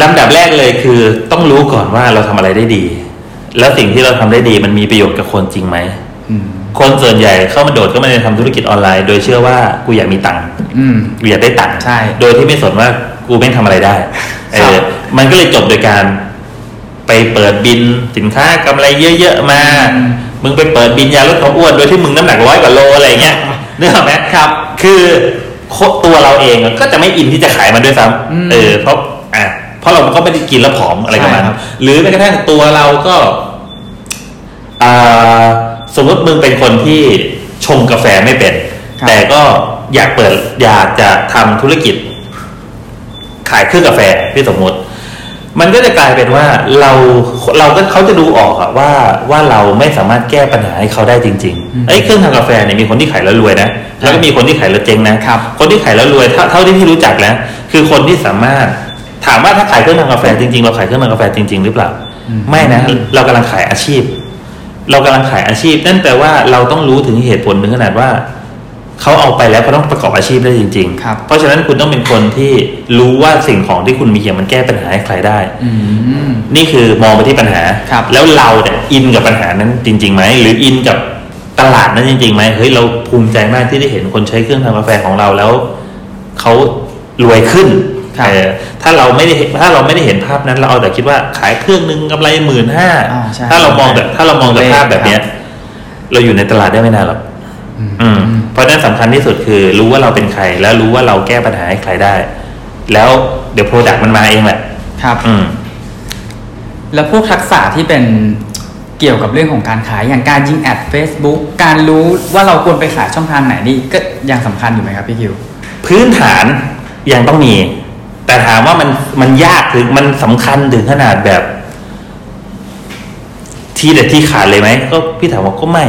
S3: ลำดับแรกเลยคือ ต้องรู้ก่อนว่าเราทำอะไรได้ดี แล้วสิ่งที่เราทำได้ดี มันมีประโยชน์กับคนจริงไหม
S2: อืม
S3: คนส่วนใหญ่เข้ามาโดดก็มาในทำธุรกิจออนไลน์ โดยเชื่อว่ากูอยากมีตังค์
S2: อืม
S3: กูอยากได้ตังค์
S2: ใช่
S3: โดยที่ไม่สนว่ากูแม่งทำอะไรได้เอ
S2: ครับ
S3: อมันก็เลยจบโดยการ ไปเปิดบินสินค้ากำไรเยอะๆมา
S2: อืม
S3: มึงไปเปิดบินยาลดความอ้วนโดยที่มึงน้ำหนักร้อยกว่าโลอะไรเงี้ยนึกออกไหม
S2: ครับ
S3: คือโคตัวเราเองก็จะไม่อินที่จะขายมันด้วยซ้
S2: อืม
S3: ำเออเพราะอ่ะเพราะเราก็ไม่ได้กินแล้วผอมอะไรกับมัน
S2: ใช่ครับ
S3: หรือแม้กระทั่งตัวเราก็ อ่าสมมติมึงเป็นคนที่ชงกาแฟไม่เป็น
S2: ครับ
S3: แต่ก็อยากเปิดอยากจะทำธุรกิจ ขายเครื่องกาแฟพี่สมมติ มันก็จะกลายเป็นว่าเราเราก็เขาจะดูออกอะว่าว่าเราไม่สามารถแก้ปัญหาให้เขาได้จริงๆไอ้ยเครื่องทำกาแฟเนี่ยมีคนที่ขายแล้วรวยนะแล้วก็มีคนที่ขายแล้วเจ๊งนะ
S2: ครับ
S3: คนที่ขายแล้วรวยเท่าเท่าที่พี่รู้จักนะคือคนที่สามารถถามว่าถ้าขายเครื่องทำกาแฟจริงๆ เราขายเครื่องทำกาแฟจริง ๆ หรือเปล่า ไม่นะ เรากำลังขายอาชีพ เรากำลังขายอาชีพ นั่นแปลว่าเราต้องรู้ถึงเหตุผลถึงขนาดว่า เขาเอาไปแล้วเขาต้องประกอบอาชีพได้จริง
S2: ครับ
S3: เพราะฉะนั้นคุณต้องเป็นคนที่รู้ว่าสิ่งของที่คุณมีอย่างมันแก้ปัญหาให้ใครได้
S2: อืม
S3: นี่คือมองไปที่ปัญหา
S2: ครับ
S3: แล้วเราเนี่ยอินกับปัญหานั้นจริงๆไหมหรืออินกับตลาดนั้นจริงๆไหมเฮ้ยเราภูมิใจมากที่ได้เห็นคนใช้เครื่องทำกาแฟของเราแล้วเขารวยขึ้น
S2: ครับ
S3: เออถ้าเราไม่ได้เห็นถ้าเราไม่ได้เห็นภาพนั้นเราเอาแต่คิดว่าขายเครื่องนึงกำไรหมื่นห้า
S2: อ่าใช่
S3: ถ้าเรามองแบบถ้าเรามองกับภาพแบบเนี้ย เราอยู่ในตลาดได้ไม่นานหรอกอืม เพราะฉะนั้นสำคัญที่สุดคือ รู้ว่าเราเป็นใคร แล้วรู้ว่าเราแก้ปัญหาให้ใครได้ แล้วเดี๋ยวโปรดักต์มันมาเองแหละ
S2: ครับ
S3: อืม
S2: แล้วพวกทักษะที่เป็นเกี่ยวกับเรื่องของการขายอย่างการยิงแอด Facebook การรู้ว่าเราควรไปขายช่องทางไหนนี่ก็ยังสำคัญอยู่ไหมครับพี่คิว
S3: พื้นฐานยังต้องมี แต่ถามว่ามันมันยากถึงมันสำคัญถึงขนาดแบบ ที่เด็ดที่ขาดเลยไหมก็พี่ถามว่าก็ไม่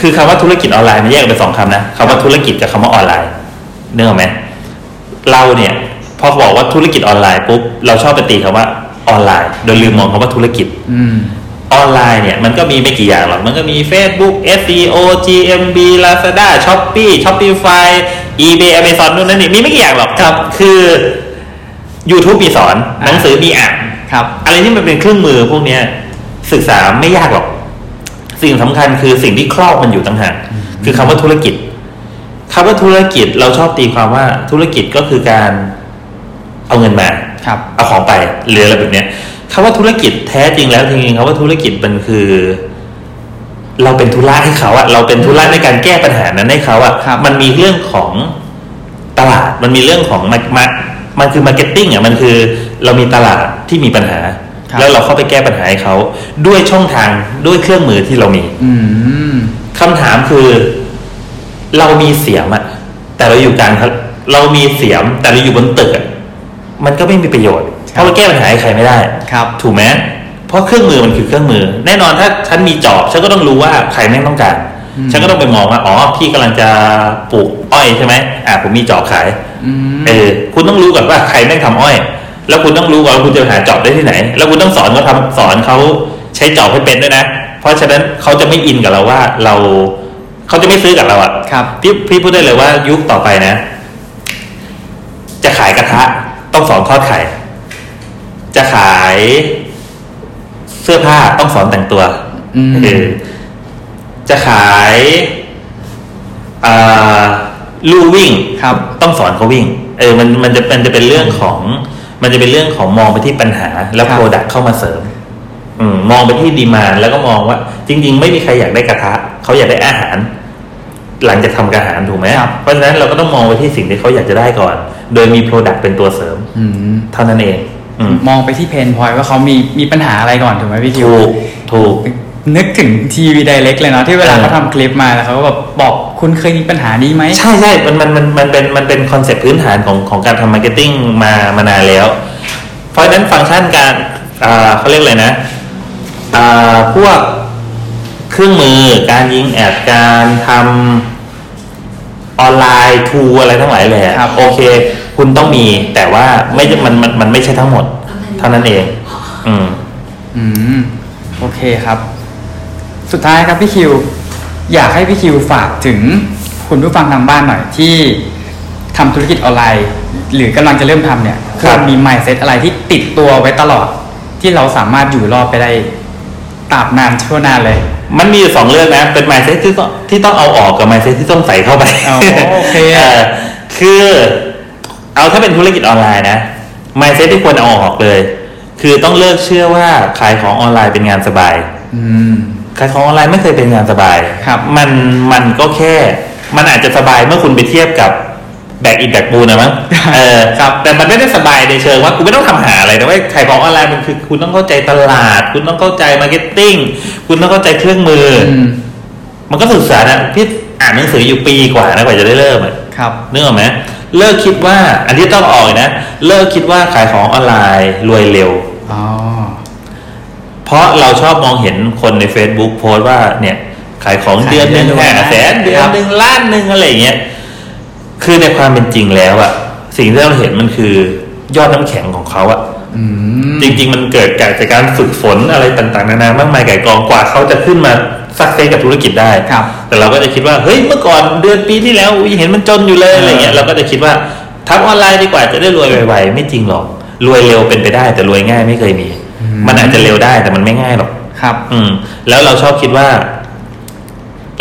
S3: คือคำว่าธุรกิจออนไลน์มันแยกเป็นสองคำนะคำว่าธุรกิจกับคำว่าออนไลน์เนื่ออกไหมเราเนี่ย พอบอกว่าธุรกิจออนไลน์ปุ๊บเราชอบไปตีคำว่าออนไลน์ โดยลืมมองคำว่าธุรกิจ
S2: อืม
S3: ออนไลน์เนี่ยมันก็มีไม่กี่อย่างหรอก มันก็มี Facebook SEO GMB Lazada Shopee Shopify eBay Amazon นู่นนั่นนี่มีไม่กี่อย่างหรอก
S2: ครับ
S3: คือ YouTube มีสอน หนังสือมีอ่าน
S2: ครับ
S3: อะไรที่มันเป็นเครื่องมือพวกเนี้ยศึกษาไม่ยากหรอก สิ่งสำคัญคือสิ่งที่ครอบมันอยู่ต่างหากคือคำว่าธุรกิจคำว่าธุรกิจเราชอบตีความว่าธุรกิจก็คือการเอาเงินมา
S2: ครับ
S3: เอาของไปหรืออะไรแบบเนี้ยคำว่าธุรกิจแท้จริงแล้วจริงๆคำว่าธุรกิจมันคือ เราเป็นธุระให้เขาอะเราเป็นธุระในการแก้ปัญหานั้นให้เขาอะ
S2: ครับ
S3: มันมีเรื่องของตลาด มันมีเรื่องของมามามันคือมาร์เก็ตติ้งอะมันคือเรามีตลาดที่มีปัญหา แล้วเราเข้าไปแก้ปัญหาให้เขาด้วยช่องทางด้วยเครื่องมือที่เรามี
S2: อืม
S3: คำถามคือ เรามีเสียมอะแต่เราอยู่กลางทะเรามีเสียม แต่เราอยู่บนตึกอะมันก็ไม่มีประโยชน์เพราะเราแก้ปัญหาให้ใครไม่ได้
S2: ครับ
S3: ถูกไหมเพราะเครื่องมือมันคือเครื่องมือ แน่นอนถ้าฉันมีจอบฉันก็ต้องรู้ว่าใครแม่งต้องการ
S2: อืม
S3: ฉันก็ต้องไปมองว่าอ๋อพี่กำลังจะปลูกอ้อยใช่ไหมอ่ะผมมีจอบขาย
S2: อืม
S3: เออคุณต้องรู้ก่อนว่าใครแม่งทำอ้อย แล้วคุณต้องรู้ก่อนว่าคุณจะหาจอบได้ที่ไหน แล้วคุณต้องสอนเขาทำสอนเขาใช้จอบให้เป็นด้วยนะ เพราะฉะนั้นเขาจะไม่อินกับเราว่าเราเขาจะไม่ซื้อกับเราอ่ะ
S2: ครับ
S3: พี่พี่พูดได้เลยว่ายุคต่อไปนะ จะขายกระทะต้องสอนทอดไข่ จะขายเสื้อผ้าต้องสอนแต่งตัว
S2: อืม
S3: เออจะขายอ่าลู่วิ่ง
S2: ครับ
S3: ต้องสอนเขาวิ่ง เออ มันมันจะมันจะเป็นเรื่องของ มันจะเป็นเรื่องของมองไปที่ปัญหา แล้ว
S2: ครับ
S3: โปรดักเข้ามาเสริม อืมมองไปที่ดีมานแล้วก็มองว่า จริง ๆ ไม่มีใครอยากได้กระทะเขาอยากได้อาหาร หลังจากทำกระหารถูกไหม
S2: ครับ
S3: เพราะฉะนั้นเราก็ต้องมองไปที่สิ่งที่เขาอยากจะได้ก่อน โดยมีโปรดักต์เป็นตัวเสริม
S2: อืม
S3: เท่านั้นเอง อืม
S2: มองไปที่เพนพอยว่าเขามีมีปัญหาอะไรก่อนถูกไหมพี่คิว
S3: ถูกถูก
S2: นึกถึงทีวีไดเรกเลยเนาะที่เวลา
S3: เออ
S2: เขาทำคลิปมาแล้วเขาก็แบบบอกคุณเคยมีปัญหานี้ไหม
S3: ใช่ใช่มันมันมันมันเป็นมันเป็นคอนเซ็ปต์พื้นฐานของของการทำมาร์เก็ตติ้งมามานานแล้ว เพราะฉะนั้นฟังก์ชันการอ่าเขาเรียกอะไรนะอ่าพวกเครื่องมือการยิงแอดการทำออนไลน์ทูอะไรทั้งหลายแหละ
S2: ครับ
S3: โอเค คุณต้องมีแต่ว่าไม่ใช่มันมันมันไม่ใช่ทั้งหมด เท่านั้นเอง อืม
S2: อืม โอเคครับ สุดท้ายครับพี่คิว อยากให้พี่คิวฝากถึงคุณผู้ฟังทางบ้านหน่อยที่ทำธุรกิจออนไลน์ หรือกำลังจะเริ่มทำเนี่ย
S3: ค
S2: ค
S3: รั
S2: ว
S3: บ
S2: รมี mindset อะไรที่ติดตัวไว้ตลอด ที่เราสามารถอยู่รอดไปได้ตราบนานชั่วนานเลย
S3: มันมีอยู่สองเรื่องนะ เป็น mindset ที่ต้องที่ต้องเอาออกกับ mindset ที่ต้องใส่เข้าไป
S2: อ๋อโอเค
S3: อคือ เอาถ้าเป็นธุรกิจออนไลน์นะ mindset ที่ควรเอาออกเลย คือต้องเลิกเชื่อว่าขายของออนไลน์เป็นงานสบาย
S2: อืม
S3: ขายของออนไลน์ไม่เคยเป็นงานสบาย
S2: ครับ
S3: มันมันก็แค่ มันอาจจะสบายเมื่อคุณไปเทียบกับแบกอินแบกบูนะมั้ง เออ
S2: ครับ
S3: แต่มันไม่ได้สบายในเชิงว่าคุณไม่ต้องทำหาอะไรนะเว้ยขายของออนไลน์มันคือ คุณต้องเข้าใจตลาด คุณต้องเข้าใจมาร์เก็ตติ้ง คุณต้องเข้าใจเครื่องมืออ
S2: ม
S3: มันก็ศึกษานะพี่อ่านหนังสืออยู่ปีกว่านะกว่าจะได้เริ่มอะ
S2: ครับ
S3: นึกออกไหมเลิกคิดว่า อันที่ต้องออกนะ เลิกคิดว่าขายของออนไลน์รวยเร็ว
S2: อ๋อ
S3: เพราะเราชอบมองเห็นคนใน Facebook โพสต์ว่าเนี่ย ขายของเดือนหนึ่ง
S2: ขายเดือนหนึ่งค
S3: ห้าแสน
S2: รับ
S3: เดือนหนึ่งล้านหนึ่งอะไรอย่างเงี้ยคือในความเป็นจริงแล้วอะสิ่งที่เราเห็นมันคือยอดน้ำแข็งของเขาอะ
S2: อืม
S3: จริง ๆ มันเกิดจากการฝึกฝนอะไรต่างๆนานามากมายไก่ายกองกว่าเขาจะขึ้นมาสักเซกับธุรกิจได้
S2: ครับ
S3: แต่เราก็จะคิดว่าเฮ้ยเมื่อก่อนเดือนปีที่แล้วอุ๊ยเห็นมันจนอยู่เลยอะไรเงี้ยเราก็จะคิดว่าทำออนไลน์ดีกว่าจะได้รวยไวๆไม่จริงหรอกรวยเร็วเป็นไปได้ แต่รวยง่ายไม่เคยมี มันอาจจะเร็วได้แต่มันไม่ง่ายหรอก
S2: ครับ
S3: อืม แล้วเราชอบคิดว่า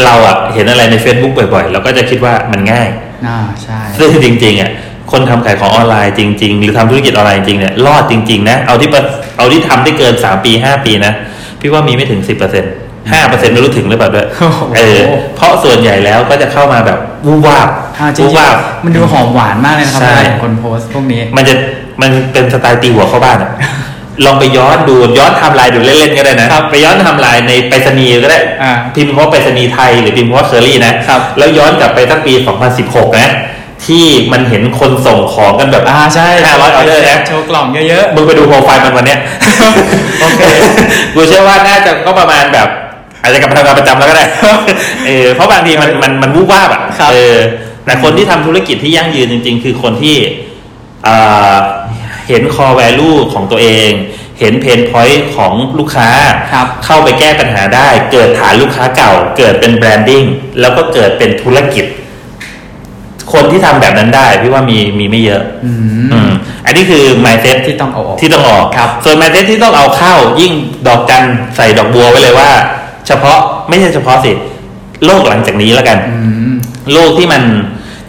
S3: เราอะเห็นอะไรใน Facebook บ่อยๆเราก็จะคิดว่ามันง่าย
S2: อ่า ใช่
S3: ซึ่งจริงๆอะคนทำขายของออนไลน์จริง ๆ หรือทำธุรกิจออนไลน์จริงๆเนี่ยรอดจริง ๆ นะเอาที่ประเอาที่ทำได้เกินสามปีห้าปีนะพี่ว่ามีไม่ถึงสิบเปอร์เซ็นห้าเปอร์เซ็นไม่รู้ถึงหรือเปล่าด้วย
S2: โอ้โห
S3: เออเพราะส่วนใหญ่แล้วก็จะเข้ามาแบบวูบวาบ
S2: อ่าจริ
S3: วู
S2: ง
S3: บวาบ
S2: ๆมันดูหอมหวานมากเลยนะครับ
S3: ใช่
S2: เวลาเห็นคนโพสต์พวกนี้
S3: มันจะมันเป็นสไตล์ตีหัวเข้าบ้านอะ ลองไปย้อนดูย้อนไทำลายดูเล่นๆก็ได้นะครับไปย้อนไทำลายในไปรษณีย์ก็ได้
S2: อ่า
S3: พิมพ์ว่าไปรษณีย์ไทยหรือพิมพ์ว่าเคอรี่นะครับ แล้วย้อนกลับไปตั้งปี 2016 นะ ที่มันเห็นคนส่งของกันแบบ
S2: อ่าใช่
S3: ห้าร้อยออเดอร์นะ
S2: โชว์กล่องเยอะ
S3: มึงไปดูโปรไฟล์มันวันเนี้ย
S2: โอเค
S3: กูเชื่อว่าน่าจะก็ประมาณแบบ อาจจะกลับมาทำงานประจำแล้วก็ ได้ เออเพราะบางทีมันมันมันวูบวาบอ่ะ
S2: ครับ
S3: เออแต่คนที่ทำธุรกิจที่ยั่งยืนจริง ๆ คือคนที่อ่าเห็น core value ของตัวเอง เห็น pain point ของลูกค้า
S2: ครับ
S3: เข้าไปแก้ปัญหาได้ เกิดฐานลูกค้าเก่า เกิดเป็นแบรนดิ้งแล้วก็เกิดเป็นธุรกิจ คนที่ทำแบบนั้นได้พี่ว่ามีมีไม่เยอะ
S2: ๆอืม
S3: อืมอันนี้คือ mindset
S2: ที่ต้องเอาออก
S3: ที่ต้องออก
S2: ครับ
S3: ส่วน mindset ที่ต้องเอาเข้ายิ่งดอกจันใส่ดอกบัวไว้เลยว่า เฉพาะไม่ใช่เฉพาะสิ โลกหลังจากนี้แล้วกัน
S2: อืม
S3: โลกที่มัน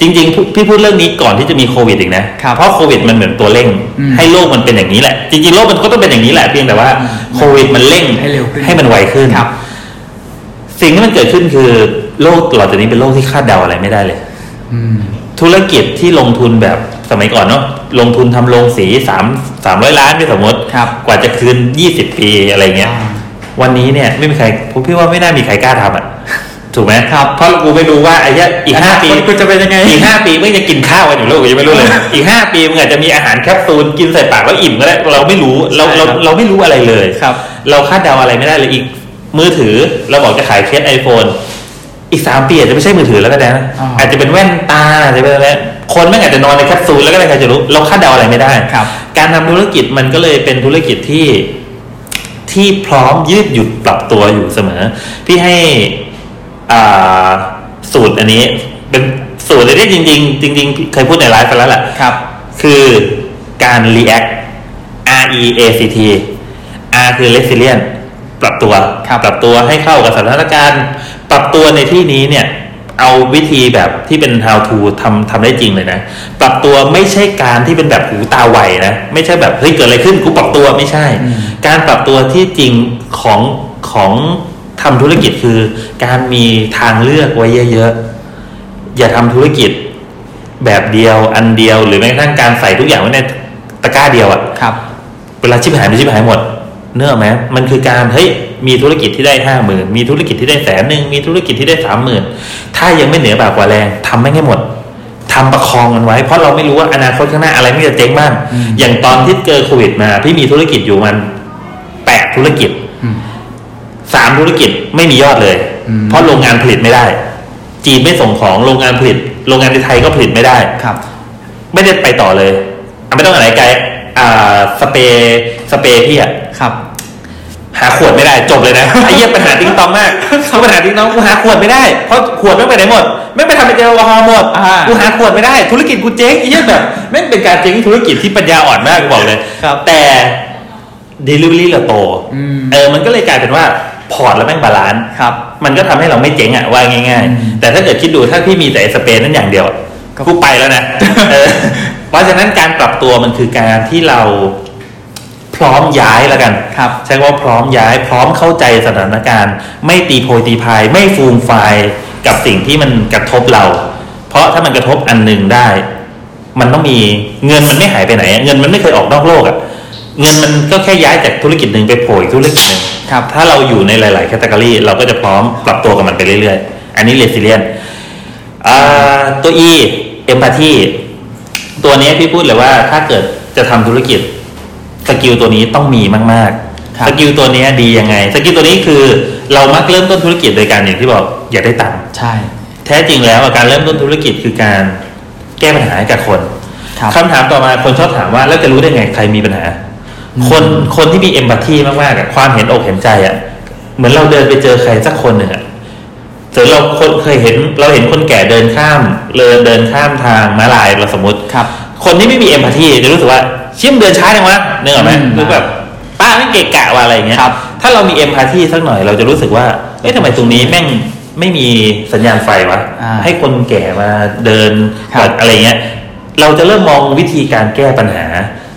S3: จริงๆพูพี่พูดเรื่องนี้ก่อนที่จะมีโควิดอีกนะครับเพราะโควิดมันเหมือนตัวเร่ง
S2: อืม
S3: ให้โลกมันเป็นอย่างนี้แหละ จริงๆโลกมันก็ต้องเป็นอย่างนี้แหละเพียงแต่ว่า
S2: อืม
S3: โควิดมันเร่ง
S2: ให้เร็วขึ้น
S3: มันไวขึ้น
S2: ครับ
S3: สิ่งที่มันเกิดขึ้นคือโลกหลังจากนี้เป็นโลกที่คาดเดาอะไรไม่ได้เลย
S2: อืม
S3: ธุรกิจที่ลงทุนแบบสมัยก่อนเนาะลงทุนทำโรงสีสามสามร้อยล้านไปสมมติ
S2: ครับ
S3: กว่าจะคืนยี่สิบปีอะไรเงี้ย
S2: อ่า
S3: วันนี้เนี่ยไม่มีใครผมพี่ว่าไม่น่ามีใครกล้าทำอ่ะ ถูกไหม
S2: ครับ
S3: เพราะกูไม่รู้ว่าไอ้เหี้ยอีกห้าปี
S2: คุณจะเป็นยังไง
S3: อีกห้าปีมึงจะกินข้าวกันอยู่หรือเปล่ากูยังไม่รู้เลย อีกห้าปีมึงอาจจะมีอาหารแคปซูลกินใส่ปากแล้วอิ่มก็ได้เราไม่รู้เราเรา
S2: ใช่ครับ
S3: เราไม่รู้อะไรเลย
S2: ครับ
S3: เราคาดเดาอะไรไม่ได้เลยอีกมือถือเราบอกจะขายเคสไอโฟนอีกสามปีอาจจะไม่ใช่มือถือแล้วก็ได้นะ
S2: อ่า
S3: อาจจะเป็นแว่นตาอาจจะเป็นอะไรคนแม่งอาจจะนอนในแคปซูลแล้วก็ได้ใครจะรู้ เราคาดเดาอะไรไม่ได้
S2: ครับ
S3: การทำธุรกิจมันก็เลยเป็นธุรกิจที่ ที่พร้อมยืดหยุ่นปรับตัวอยู่เสมอ พี่ให้อ่าสูตรอันนี้ เป็นสูตรที่จริง ๆ จริง ๆ เคยพูดในไลฟ์ไปแล้วแหละ
S2: ครับ
S3: คือการ react R E A C T R คือ resilient ปรับตัว
S2: ครับ
S3: ปรับตัวให้เข้ากับสถานการณ์ ปรับตัวในที่นี้เนี่ย เอาวิธีแบบที่เป็น how to ทำทำได้จริงเลยนะ ปรับตัวไม่ใช่การที่เป็นแบบหูตาไวนะ ไม่ใช่แบบเฮ้ยเกิดอะไรขึ้นกูปรับตัวไม่ใช่
S2: อืม
S3: การปรับตัวที่จริงของของทำธุรกิจคือ การมีทางเลือกไว้เยอะๆ อย่าทำธุรกิจแบบเดียวอันเดียว หรือแม้กระทั่งการใส่ทุกอย่างไว้ในตะกร้าเดียวอะ
S2: ครับ
S3: เวลาชิบหายมันชิบหายหมด เนื้ออกไหมมันคือการเฮ้ยมีธุรกิจที่ได้ห้าหมื่นมีธุรกิจที่ได้แสนหนึ่งมีธุรกิจที่ได้สามหมื่นถ้ายังไม่เหนือบากกว่าแรงทำไม่งให้หมดทำประคองมันไว้ เพราะเราไม่รู้ว่าอนาคตข้างหน้าอะไรมันจะเจ๊งบ้าง
S2: อืม
S3: อย่างตอนที่เจอโควิดมา พี่มีธุรกิจอยู่มันแปดธุรกิจ
S2: อืม
S3: สามธุรกิจไม่มียอดเลย
S2: อืม
S3: เพราะโรงงานผลิตไม่ได้ จีนไม่ส่งของโรงงานผลิต โรงงานในไทยก็ผลิตไม่ได้
S2: ครับ
S3: ไม่ได้ไปต่อเลยอ่ะไม่ต้องอะไรไกลอ่าสเปรย์สเปรย์พี่อะ
S2: ครับ
S3: หาขวดไม่ได้จบเลยนะ ไอ้เหี้ยปัญหาติ๊งตองมากคือปัญหาติ๊งตองกูหาขวดไม่ได้เพราะขวดไม่งไปไหนหมดไม่งไปทำเป็นแอลกอฮอล์หมด
S2: อ่า
S3: กูหาขวดไม่ได้ ธุรกิจกูเจ๊งไอ้เหี้ยแบบแม่งเป็นการเจ๊งธุรกิจที่ปัญญาอ่อนมากกูบอกเลย
S2: ครับ
S3: แต่ delivery เราโต
S2: อืม
S3: เออมันก็เลยกลายเป็นว่าพอร์ตแล้วแม่งบาลานซ์
S2: ครับ
S3: มันก็ทำให้เราไม่เจ๊งอะว่าง่าย
S2: อืม
S3: ๆ แต่ถ้าเกิดคิดดูถ้าพี่มีแต่ไอ้สเปรย์นั่นอย่างเดียวอะ
S2: ครับ
S3: กูไปแล้ว นะเออเพราะฉะนั้นการปรับตัวมันคือการที่เราพร้อมย้ายแล้วกัน
S2: ครับ
S3: ใช้คำว่าพร้อมย้ายพร้อมเข้าใจสถานการณ์ ไม่ตีโพยตีพายไม่ฟูมไฟายกับสิ่งที่มันกระทบเรา เพราะถ้ามันกระทบอันหนึ่งได้ มันต้องมีเงินมันไม่หายไปไหนอะเงินมันไม่เคยออกนอกโลกอะเงินมันก็แค่ย้ายจากธุรกิจหนึ่งไปโผล่อีกธุรกิจหนึ่ง
S2: ครับ
S3: ถ้าเราอยู่ในหลาย ๆ แคตตาล็อเราก็จะพร้อมปรับตัวกับมันไปเรื่อย ๆ อันนี้เรสิเลียนตัว E empathy ตัวเนี้ยพี่พูดเลยว่าถ้าเกิดจะทำธุรกิจ สกิลตัวนี้ต้องมีมาก
S2: ครับ
S3: ๆ สกิลตัวเนี้ยดียังไง สกิลตัวนี้คือเรามักเริ่มต้นธุรกิจโดยการอย่างที่บอกอยากได้ตังค์
S2: ใช่
S3: แท้จริงแล้วอะการเริ่มต้นธุรกิจคือการแก้ปัญหาให้กับคน
S2: ครับ
S3: ถามต่อมาคนชอบถามว่าแล้วจะรู้ได้ไงใครมีปัญหา คนคนที่มีเอมพัตตีมากๆอะความเห็นอกเห็นใจอะเหมือนเราเดินไปเจอใครสักคนหนึ่งอะเจอเราคนเคยเห็นเราเห็นคนแก่เดินข้ามเลยเดินข้ามทางม้าลายเราสมมติ
S2: ครับ
S3: คนที่ไม่มีเอมพัตตีจะรู้สึกว่าเชี่ยมนเดินช้าจังวะนึกออกไหม
S2: อืม
S3: หรือแบบป้าไม่งเกะกะว่าอะไรอย่างเงี้ย
S2: ครับ
S3: ถ้าเรามีเอมพัตตีสักหน่อยเราจะรู้สึกว่าเอ๊ะทำไมตรงนี้แม่งไม่มีสัญญาณไฟวะ
S2: อ่า
S3: ให้คนแก่มาเดิน
S2: ครับ
S3: อะไรเงี้ย เราจะเริ่มมองวิธีการแก้ปัญหา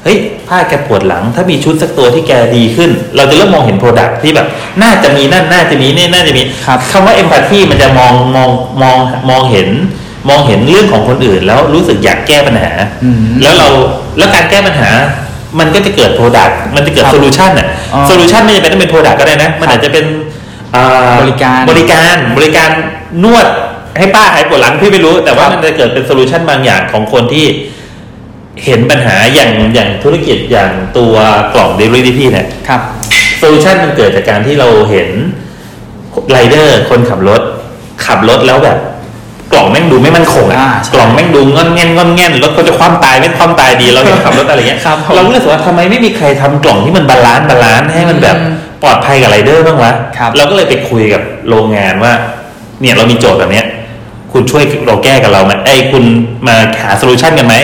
S3: เฮ้ยผ้าแกปวดหลัง ถ้ามีชุดสักตัวที่แกดีขึ้น เราจะเริ่มมองเห็นโปรดักที่แบบน่าจะมีนั่นน่าจะมีนี่น่าจะมี
S2: ครับ
S3: คำว่าเอมพัตตีมันจะมองมองมองมองเห็น มองเห็นเรื่องของคนอื่น แล้วรู้สึกอยากแก้ปัญหา
S2: อืม
S3: แล้วเราแล้วการแก้ปัญหา มันก็จะเกิดโปรดักต์มันจะเกิด
S2: ครับ
S3: โซลูชันอ่ะ
S2: อ๋อ
S3: โซลูชันไม่จำเป็นต้องเป็นโปรดักต์ก็ได้นะ มันอาจจะเป็นอ่า
S2: บริการ
S3: บริการบริการนวดให้ป้าหายปวดหลังพี่ไม่รู้ แต่ว่า
S2: ครับ
S3: มันจะเกิดเป็นโซลูชันบางอย่างของคนที่เห็นปัญหาอย่างอย่างธุรกิจอย่างตัวกล่องเดลิเวอรี่พี่เนี่ย
S2: ครับ
S3: โซลูชันมันเกิดจากการที่เราเห็นไรเดอร์คนขับรถ ขับรถแล้วแบบ กล่องแม่งดูไม่มั่นคง
S2: อ่า
S3: อะ
S2: ใช่
S3: กล่องแม่งดูงอนแง่นงอนแง่นรถก็จะคว่ำตายไม่คว่ำตายดีเราเห็นขับรถอะไรเงี้ย
S2: ครับผม
S3: เราก็รู้สึกว่าทำไมไม่มีใครทำกล่องที่มันบาลานซ์บาลานซ์ให้มันแบบ
S2: อืม
S3: ปลอดภัยกับไรเดอร์บ้างวะ
S2: ครับ
S3: เราก็เลยไปคุยกับโรงงานว่า เนี่ยเรามีโจทย์แบบเนี้ย คุณช่วยเราแก้กันเราไหมไอ้ยคุณมาหาโซลูชันกันไหม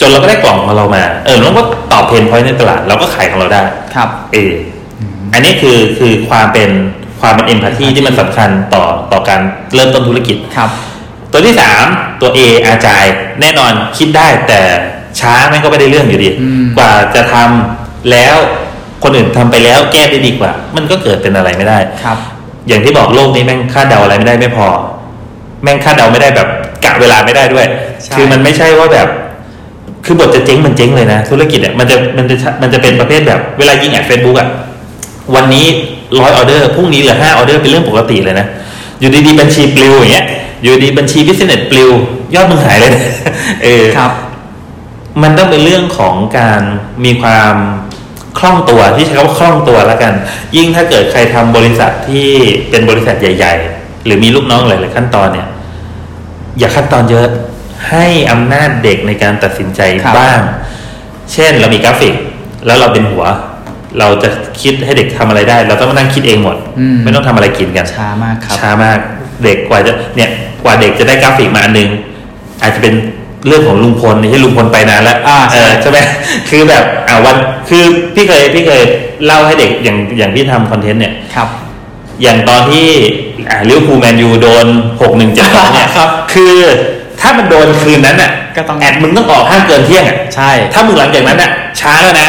S3: จนเราก็ได้กล่องของเรามา เออแล้วก็ตอบเพนพอยต์ในตลาดเราก็ขายของเราได้
S2: ครับ
S3: เออออันนี้คือคือความเป็นความเป็นเอมพัตตี
S2: Empathy
S3: ที่มันสำคัญต่อต่อการเริ่มต้นธุรกิจ
S2: ครับ
S3: ตัวที่สามตัว A อาจายแน่นอนคิดได้แต่ช้าแม่งก็ไม่ได้เรื่องอยู่ดี
S2: อืม
S3: กว่าจะทำแล้วคนอื่นทำไปแล้วแก้ได้ดีกว่า มันก็เกิดเป็นอะไรไม่ได้
S2: ครับ
S3: อย่างที่บอกโลกนี้แม่งคาดเดาอะไรไม่ได้ไม่พอ แม่งคาดเดาไม่ได้แบบกะเวลาไม่ได้ด้วย
S2: ใช่
S3: คือมันไม่ใช่ว่าแบบ คือบทจะเจ๊งมันเจ๊งเลยนะธุรกิจเนี่ยมันจะมันจะมันจะเป็นประเภทแบบเวลายิงแอดเฟซบุ๊กอะวันนี้ร้อยออเดอร์พรุ่งนี้เหลือห้าออเดอร์เป็นเรื่องปกติเลยนะ อยู่ดีๆบัญชีปลิวอย่างเงี้ยอยู่ดีบัญชีบิสเนสปลิวยอดมึงหายเลยนะ เออ
S2: ครับ
S3: มันต้องเป็นเรื่องของการมีความคล่องตัวที่ใช้คำว่าคล่องตัวแล้วกัน ยิ่งถ้าเกิดใครทำบริษัทที่เป็นบริษัทใหญ่ ๆ หรือมีลูกน้องหลายๆขั้นตอนเนี่ย อย่าขั้นตอนเยอะให้อำนาจเด็กในการตัดสินใจ
S2: ครับ
S3: บ้าง เช่นเรามีกราฟิก แล้วเราเป็นหัว เราจะคิดให้เด็กทำอะไรได้ เราต้องมานั่งคิดเองหมด
S2: อืม
S3: ไม่ต้องทำอะไรกินกัน
S2: ช้ามากครับ
S3: ช้ามากเด็กกว่าจะเนี่ยกว่าเด็กจะได้กราฟิกมาอันหนึง อาจจะเป็นเรื่องของลุงพลไม่ใช่ลุงพลไปนานแล้ว
S2: อ่าใช่
S3: เออใช่ไหม คือแบบอ่าวันคือพี่เคยพี่เคยเล่าให้เด็กอย่างอย่างพี่ทำคอนเทนต์เนี่ย
S2: ครับ
S3: อย่างตอนที่อ่าลิเวอร์พูลแมนยูโดนหกหนึ่งเจ็ดสองเนี่ย
S2: ครับ
S3: คือถ้ามันโดนคืนนั้นอ่ะ
S2: ก็ต้อง
S3: แอดมึงต้องออกห้ามเกินเที่ยงอ่ะ
S2: ใช่
S3: ถ้ามึงหลังจากนั้นอ่ะช้าแล้วนะ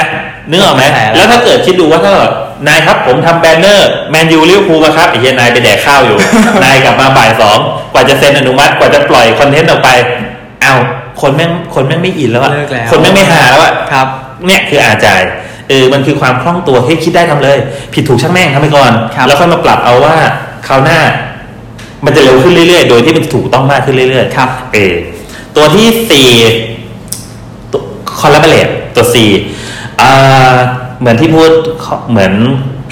S3: นึกออกไหม
S2: ใช่แล้ว
S3: แล้วถ้าเกิดคิดดูว่าถ้านายครับผมทำแบนเนอร์แมนยูลิเวอร์พูลมาครับไอ้เหี้ยนายไปแดกข้าวอยู่ นายกลับมาบ่ายสองกว่าจะเซ็นอนุมัติกว่าจะปล่อยคอนเทนต์ออกไปเอาคนแม่งคนแม่งไม่อินแล้วอ่ะ
S2: เลิกแล้ว
S3: คนแม่งไม่หาแล้วอ่ะ
S2: ครับ
S3: เนี่ยคืออาจายเออมันคือความคล่องตัวแค่คิดได้ทำเลย ผิดถูกช่างแม่งทำไปก่อน
S2: ครับ
S3: แล้วค่อยมาปรับเอาว่าคราวหน้า มันจะเร็วขึ้นเรื่อยๆ โดยที่มันถูกต้องมากขึ้นเรื่อยๆ
S2: ครับ
S3: เออตัวที่สี่คอลลาเบเลตตัวสี่อ่าเหมือนที่พูดเหมือน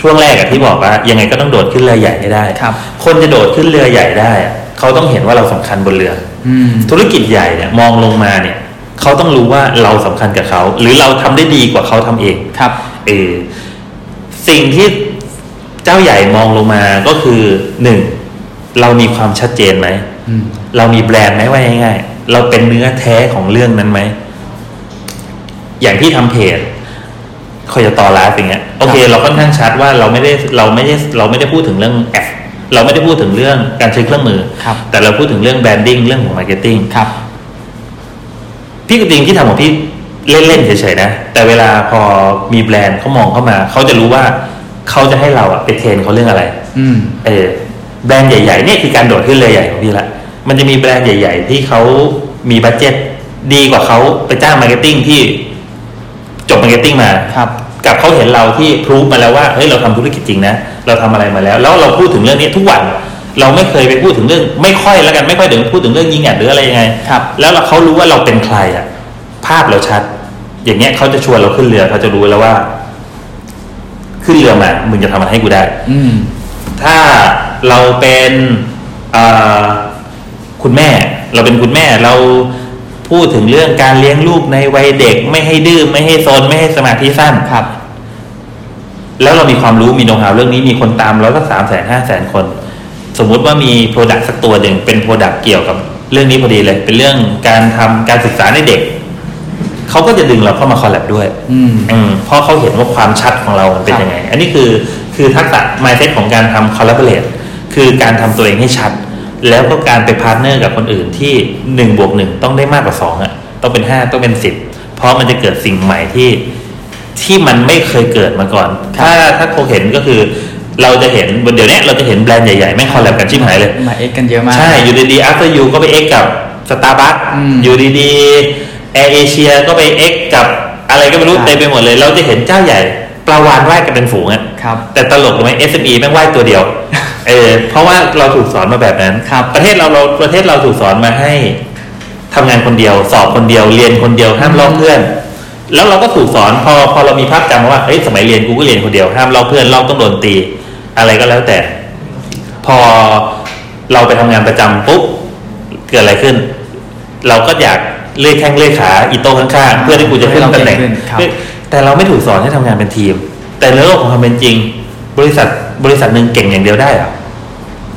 S3: ช่วงแรกอะที่บอกว่า ยังไงก็ต้องโดดขึ้นเรือใหญ่ให้ได้
S2: ครับ
S3: คนจะโดดขึ้นเรือใหญ่ได้อะเขาต้องเห็นว่าเราสำคัญบนเรือ
S2: อืม
S3: ธุรกิจใหญ่เนี่ยมองลงมาเนี่ยเขาต้องรู้ว่าเราสำคัญกับเขา หรือเราทำได้ดีกว่าเขาทำเอง
S2: ครับ
S3: เออสิ่งที่เจ้าใหญ่มองลงมาก็คือหนึ่งเรามีความชัดเจนไหม
S2: อืม
S3: เรามีแบรนด์ไหมว่าง่ายๆเราเป็นเนื้อแท้ของเรื่องนั้นไหม อย่างที่ทำเพจคอยตอลาฟอย่างเงี้ยโอเค เราค่อนข้างชัดว่าเราไม่ได้เราไม่ได้เราไม่ได้พูดถึงเรื่องแอดเราไม่ได้พูดถึงเรื่องการใช้เครื่องมือ
S2: ครับ
S3: แต่เราพูดถึงเรื่องแบรนดิ้งเรื่องของมาร์เก็ตติ้ง
S2: ครับ
S3: พี่กระติงที่ทำของพี่เล่นๆเฉยๆนะ แต่เวลาพอมีแบรนด์เขามองเข้ามา เขาจะรู้ว่าเขาจะให้เราอะไปเทรนเขาเรื่องอะไร
S2: อืม
S3: เออแบรนด์ใหญ่ๆเนี่ยคือการโดดขึ้นเลยใหญ่ของพี่ละมันจะมีแบรนด์ใหญ่ ๆ ที่เขามีบัตเจ็ตดีกว่าเขาไปจ้างมาร์เก็ตติ้งที่จบมาร์เก็ตติ้งมา
S2: ครับ
S3: กับเขาเห็นเราที่พรูฟมาแล้วว่าเฮ้ยเราทำธุรกิจจริงนะเราทำอะไรมาแล้ว แล้วเราพูดถึงเรื่องนี้ทุกวัน เราไม่เคยไปพูดถึงเรื่อง ไม่ค่อยแล้วกันไม่ค่อยถึงพูดถึงเรื่องยิงแอดหรืออะไรยังไง
S2: ครับ
S3: แล้วเราเขารู้ว่าเราเป็นใครอ่ะ ภาพเราชัด อย่างเงี้ยเขาจะชวนเราขึ้นเรือเขาจะรู้แล้วว่า ขึ้นเรือมามึงจะทำมันให้กูได้
S2: อืม
S3: ถ้าเราเป็นเอ่อคุณแม่ เราเป็นคุณแม่เราพูดถึงเรื่องการเลี้ยงลูกในวัยเด็ก ไม่ให้ดื้อไม่ให้โซนไม่ให้สมาธิสั้น
S2: ครับ
S3: แล้วเรามีความรู้มีโน้ตหาเรื่องนี้มีคนตามร้อยละสามแสนห้าแสนคน สมมุติว่ามีโปรดักต์สักตัวหนึ่งเป็นโปรดักต์เกี่ยวกับเรื่องนี้พอดีเลย เป็นเรื่องการทำการศึกษาในเด็ก เขาก็จะดึงเราเข้ามาคอลแลบด้วย
S2: อืม
S3: อืมเพราะเขาเห็นว่าความชัดของเรามันเป็น
S2: ครับ
S3: ยังไง อันนี้คือคือทักษะ mindset ของการทำ collaborate คือการทำตัวเองให้ชัด แล้วก็การไปพาร์ทเนอร์กับคนอื่นที่1บวก1ต้องได้มากกว่า2อ่ะ ต้องเป็น 5 ต้องเป็น 10 เพราะมันจะเกิดสิ่งใหม่ที่ที่มันไม่เคยเกิดมาก่อน
S2: ครับ
S3: ถ้าถ้าเขาเห็นก็คือเราจะเห็นเดี๋ยวเนี้ยเราจะเห็นแบรนด์ใหญ่ๆ แม่งคอลแลบกันชิบหายเลย
S2: าเอ็กกันเยอะมาก
S3: ใช่ อยู่ดีๆ after you ก็ไปเอ็กกับสตาร์บัค
S2: อืม
S3: อยู่ดีๆ Air Asia ก็ไปเอ็กกับ อะไรก็ไม่รู้
S2: ครับ
S3: เต็มไปหมดเลย เราจะเห็นเจ้าใหญ่ปลาวานว่ายกันเป็นฝูงอะ
S2: ครับ
S3: แต่ตลกรู้ไหม SME แม่งว่ายตัวเดียว เออเพราะว่าเราถูกสอนมาแบบนั้น
S2: ครับ
S3: ประเทศเราเราประเทศเราถูกสอนมาให้ทำงานคนเดียว สอบคนเดียวเรียนคนเดียวห้ามลอกเพื่อน แล้วเราก็ถูกสอนพอพอเรามีภาพจำว่าเอ้ยสมัยเรียนกูก็เรียนคนเดียวห้ามลอกเพื่อนลอกต้องโดนตี อะไรก็แล้วแต่ พอเราไปทำงานประจำปุ๊บเกิดอะไรขึ้น เราก็อยากเลื่อยแข้งเลื่อยขาอีโต้ข้างๆเพื่อที่กูจะขึ้นตำแหน่ง
S2: ให้เราเก่งขึ้นครับ
S3: แต่เราไม่ถูกสอนให้ทำงานเป็นทีม แต่ในโลกของความเป็นจริง บริษัทบริษัทหนึ่งเก่งอย่างเดียวได้เหรอ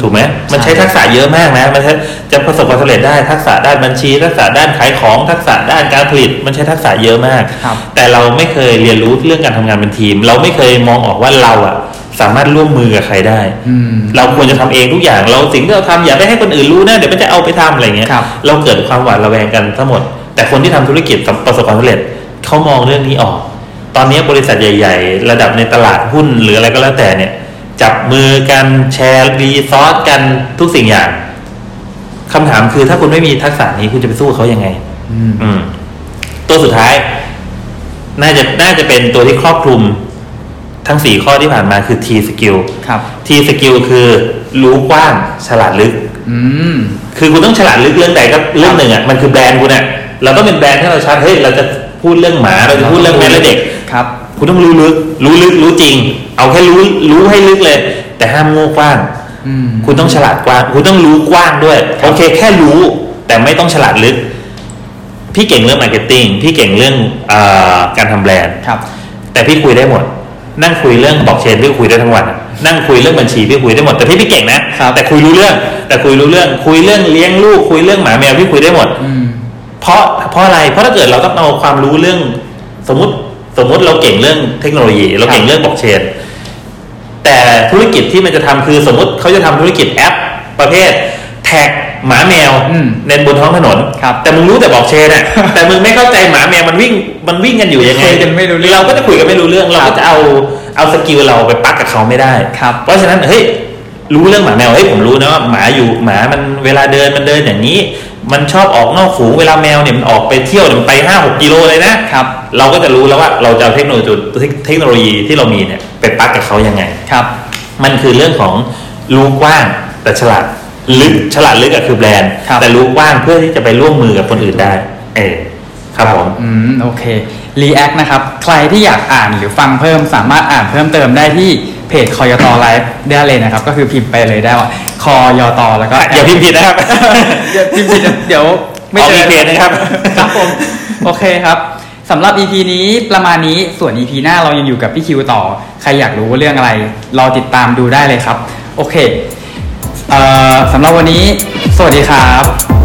S3: ถูกไหมมันใช้ทักษะเยอะมากนะมันใช้จะประสบความสำเร็จได้ทักษะด้านบัญชี ทักษะด้านขายของทักษะด้านการผลิต มันใช้ทักษะเยอะมาก
S2: ครับ
S3: แต่เราไม่เคยเรียนรู้เรื่องการทำงานเป็นทีม เราไม่เคยมองออกว่าเราอะสามารถร่วมมือกับใครได้
S2: อืม
S3: เราควรจะทำเองทุกอย่างเราสิ่งที่เราทำอย่าไปให้คนอื่นรู้นะเดี๋ยวมันจะเอาไปทำอะไรเงี้ย
S2: ครับ
S3: เราเกิดความหวาดระแวงกันทั้งหมด แต่คนที่ทำธุรกิจประสบความสำเร็จเขามองเรื่องนี้ออก ตอนนี้บริษัทใหญ่ ๆ ระดับในตลาดหุ้นหรืออะไรก็แล้วแต่เนี่ย จับมือกันแชร์รีซอสกันทุกสิ่งอย่างคำถามคือถ้าคุณไม่มีทักษะนี้คุณจะไปสู้เขายังไง
S2: อืม
S3: อืม ตัวสุดท้าย น่าจะน่าจะเป็นตัวที่ครอบคลุมทั้งสี่ข้อที่ผ่านมาคือ T skill
S2: ครับ
S3: ทีสกิลคือรู้กว้างฉลาดลึก
S2: อืม
S3: คือคุณต้องฉลาดลึกเรื่องใดก็เรื่องหนึ่งอ่ะมันคือแบรนด์คุณอ่ะเราก็เป็นแบรนด์ที่เราชัดเฮ้ยเราจะพูดเรื่องหมาเราจะพูดเรื่องแม่และเด็ก
S2: ครับ
S3: คุณต้องรู้ลึก รู้ลึกรู้จริง เอาแค่รู้รู้ให้ลึกเลย แต่ห้ามโง่กว้าง
S2: อืม
S3: คุณต้องฉลาดกว้าง คุณต้องรู้กว้างด้วย โอเค แค่รู้ แต่ไม่ต้องฉลาดลึก พี่เก่งเรื่องมาร์เก็ตติ้งพี่เก่งเรื่องเออการทำแบรนด์
S2: ครับ
S3: แต่พี่คุยได้หมด นั่งคุยเรื่องบล็อกเชนพี่คุยได้ทั้งวันอะนั่งคุยเรื่องบัญชีพี่คุยได้หมดแต่พี่ไม่เก่งนะครับ แต่คุยรู้เรื่อง แต่คุยรู้เรื่อง คุยเรื่องเลี้ยงลูกคุยเรื่องหมาแมวพี่คุยได้หมด
S2: อืม
S3: เพราะเพราะอะไรเพราะถ้าเกิดเราต้องเอาความรู้เรื่อง สมมติสมมติเราเก่งเรื่องเทคโนโลยี เราเก่งเรื่องบล็อกเชน แต่ธุรกิจที่มันจะทำคือสมมติเขาจะทำธุรกิจแอปประเภท แท็กหมาแมว
S2: อืม
S3: ในบนท้องถนน
S2: ครับ
S3: แต่มึงรู้แต่บอกเชนอะ แต่มึงไม่เข้าใจหมาแมวมันวิ่งมันวิ่งกันอยู่ยังไง
S2: คุยกันไม่รู้เรื่อง
S3: ก็จะคุยกันไม่รู้เรื่องเราก็จะเอาเอาสกิลเราไปปักกับเขาไม่ได้
S2: ครับ
S3: เพราะฉะนั้นเฮ้ยรู้เรื่องหมาแมวเฮ้ยผมรู้นะว่าหมาอยู่หมามันเวลาเดินมันเดินอย่างนี้ มันชอบออกนอกฝูงเวลาแมวเนี่ยมันออกไปเที่ยวเนี่ยมันไปห้าหกกิโลเลยนะครับ เราก็จะรู้แล้วว่าเราจะเอาเทคโนโลยีเทคโนโลยีที่เรามีเนี่ยไปปักกับเขายังไง
S2: ครับ
S3: มันคือเรื่องของรู้กว้างแต่ฉลาดลึกฉลาดลึกอะคือแบรนด์
S2: ครับ
S3: แต่รู้กว้างเพื่อที่จะไปร่วมมือกับคนอื่นได้ เออครับผม
S2: อืม โอเค React นะครับ ใครที่อยากอ่านหรือฟังเพิ่มสามารถอ่านเพิ่มเติมได้ที่เพจคอยตอไลฟ์ได้เลยนะครับ ก็คือพิมพ์ไปเลยได้ว่าคอยตอแล้วก็
S3: อย่าพิมพ์ผิดนะครับ
S2: อย่าพิมพ์ผิดนะ เดี๋ยวไม่
S3: ออก
S2: เจ
S3: อี
S2: อ
S3: เพจนะครับ
S2: ครับผม โอเคครับสำหรับ EP นี้ประมาณนี้ส่วน EP หน้าเรายังอยู่กับพี่คิวต่อ ใครอยากรู้เรื่องอะไร รอติดตามดูได้เลยครับ โอเคเอ่อสำหรับวันนี้ สวัสดีครับ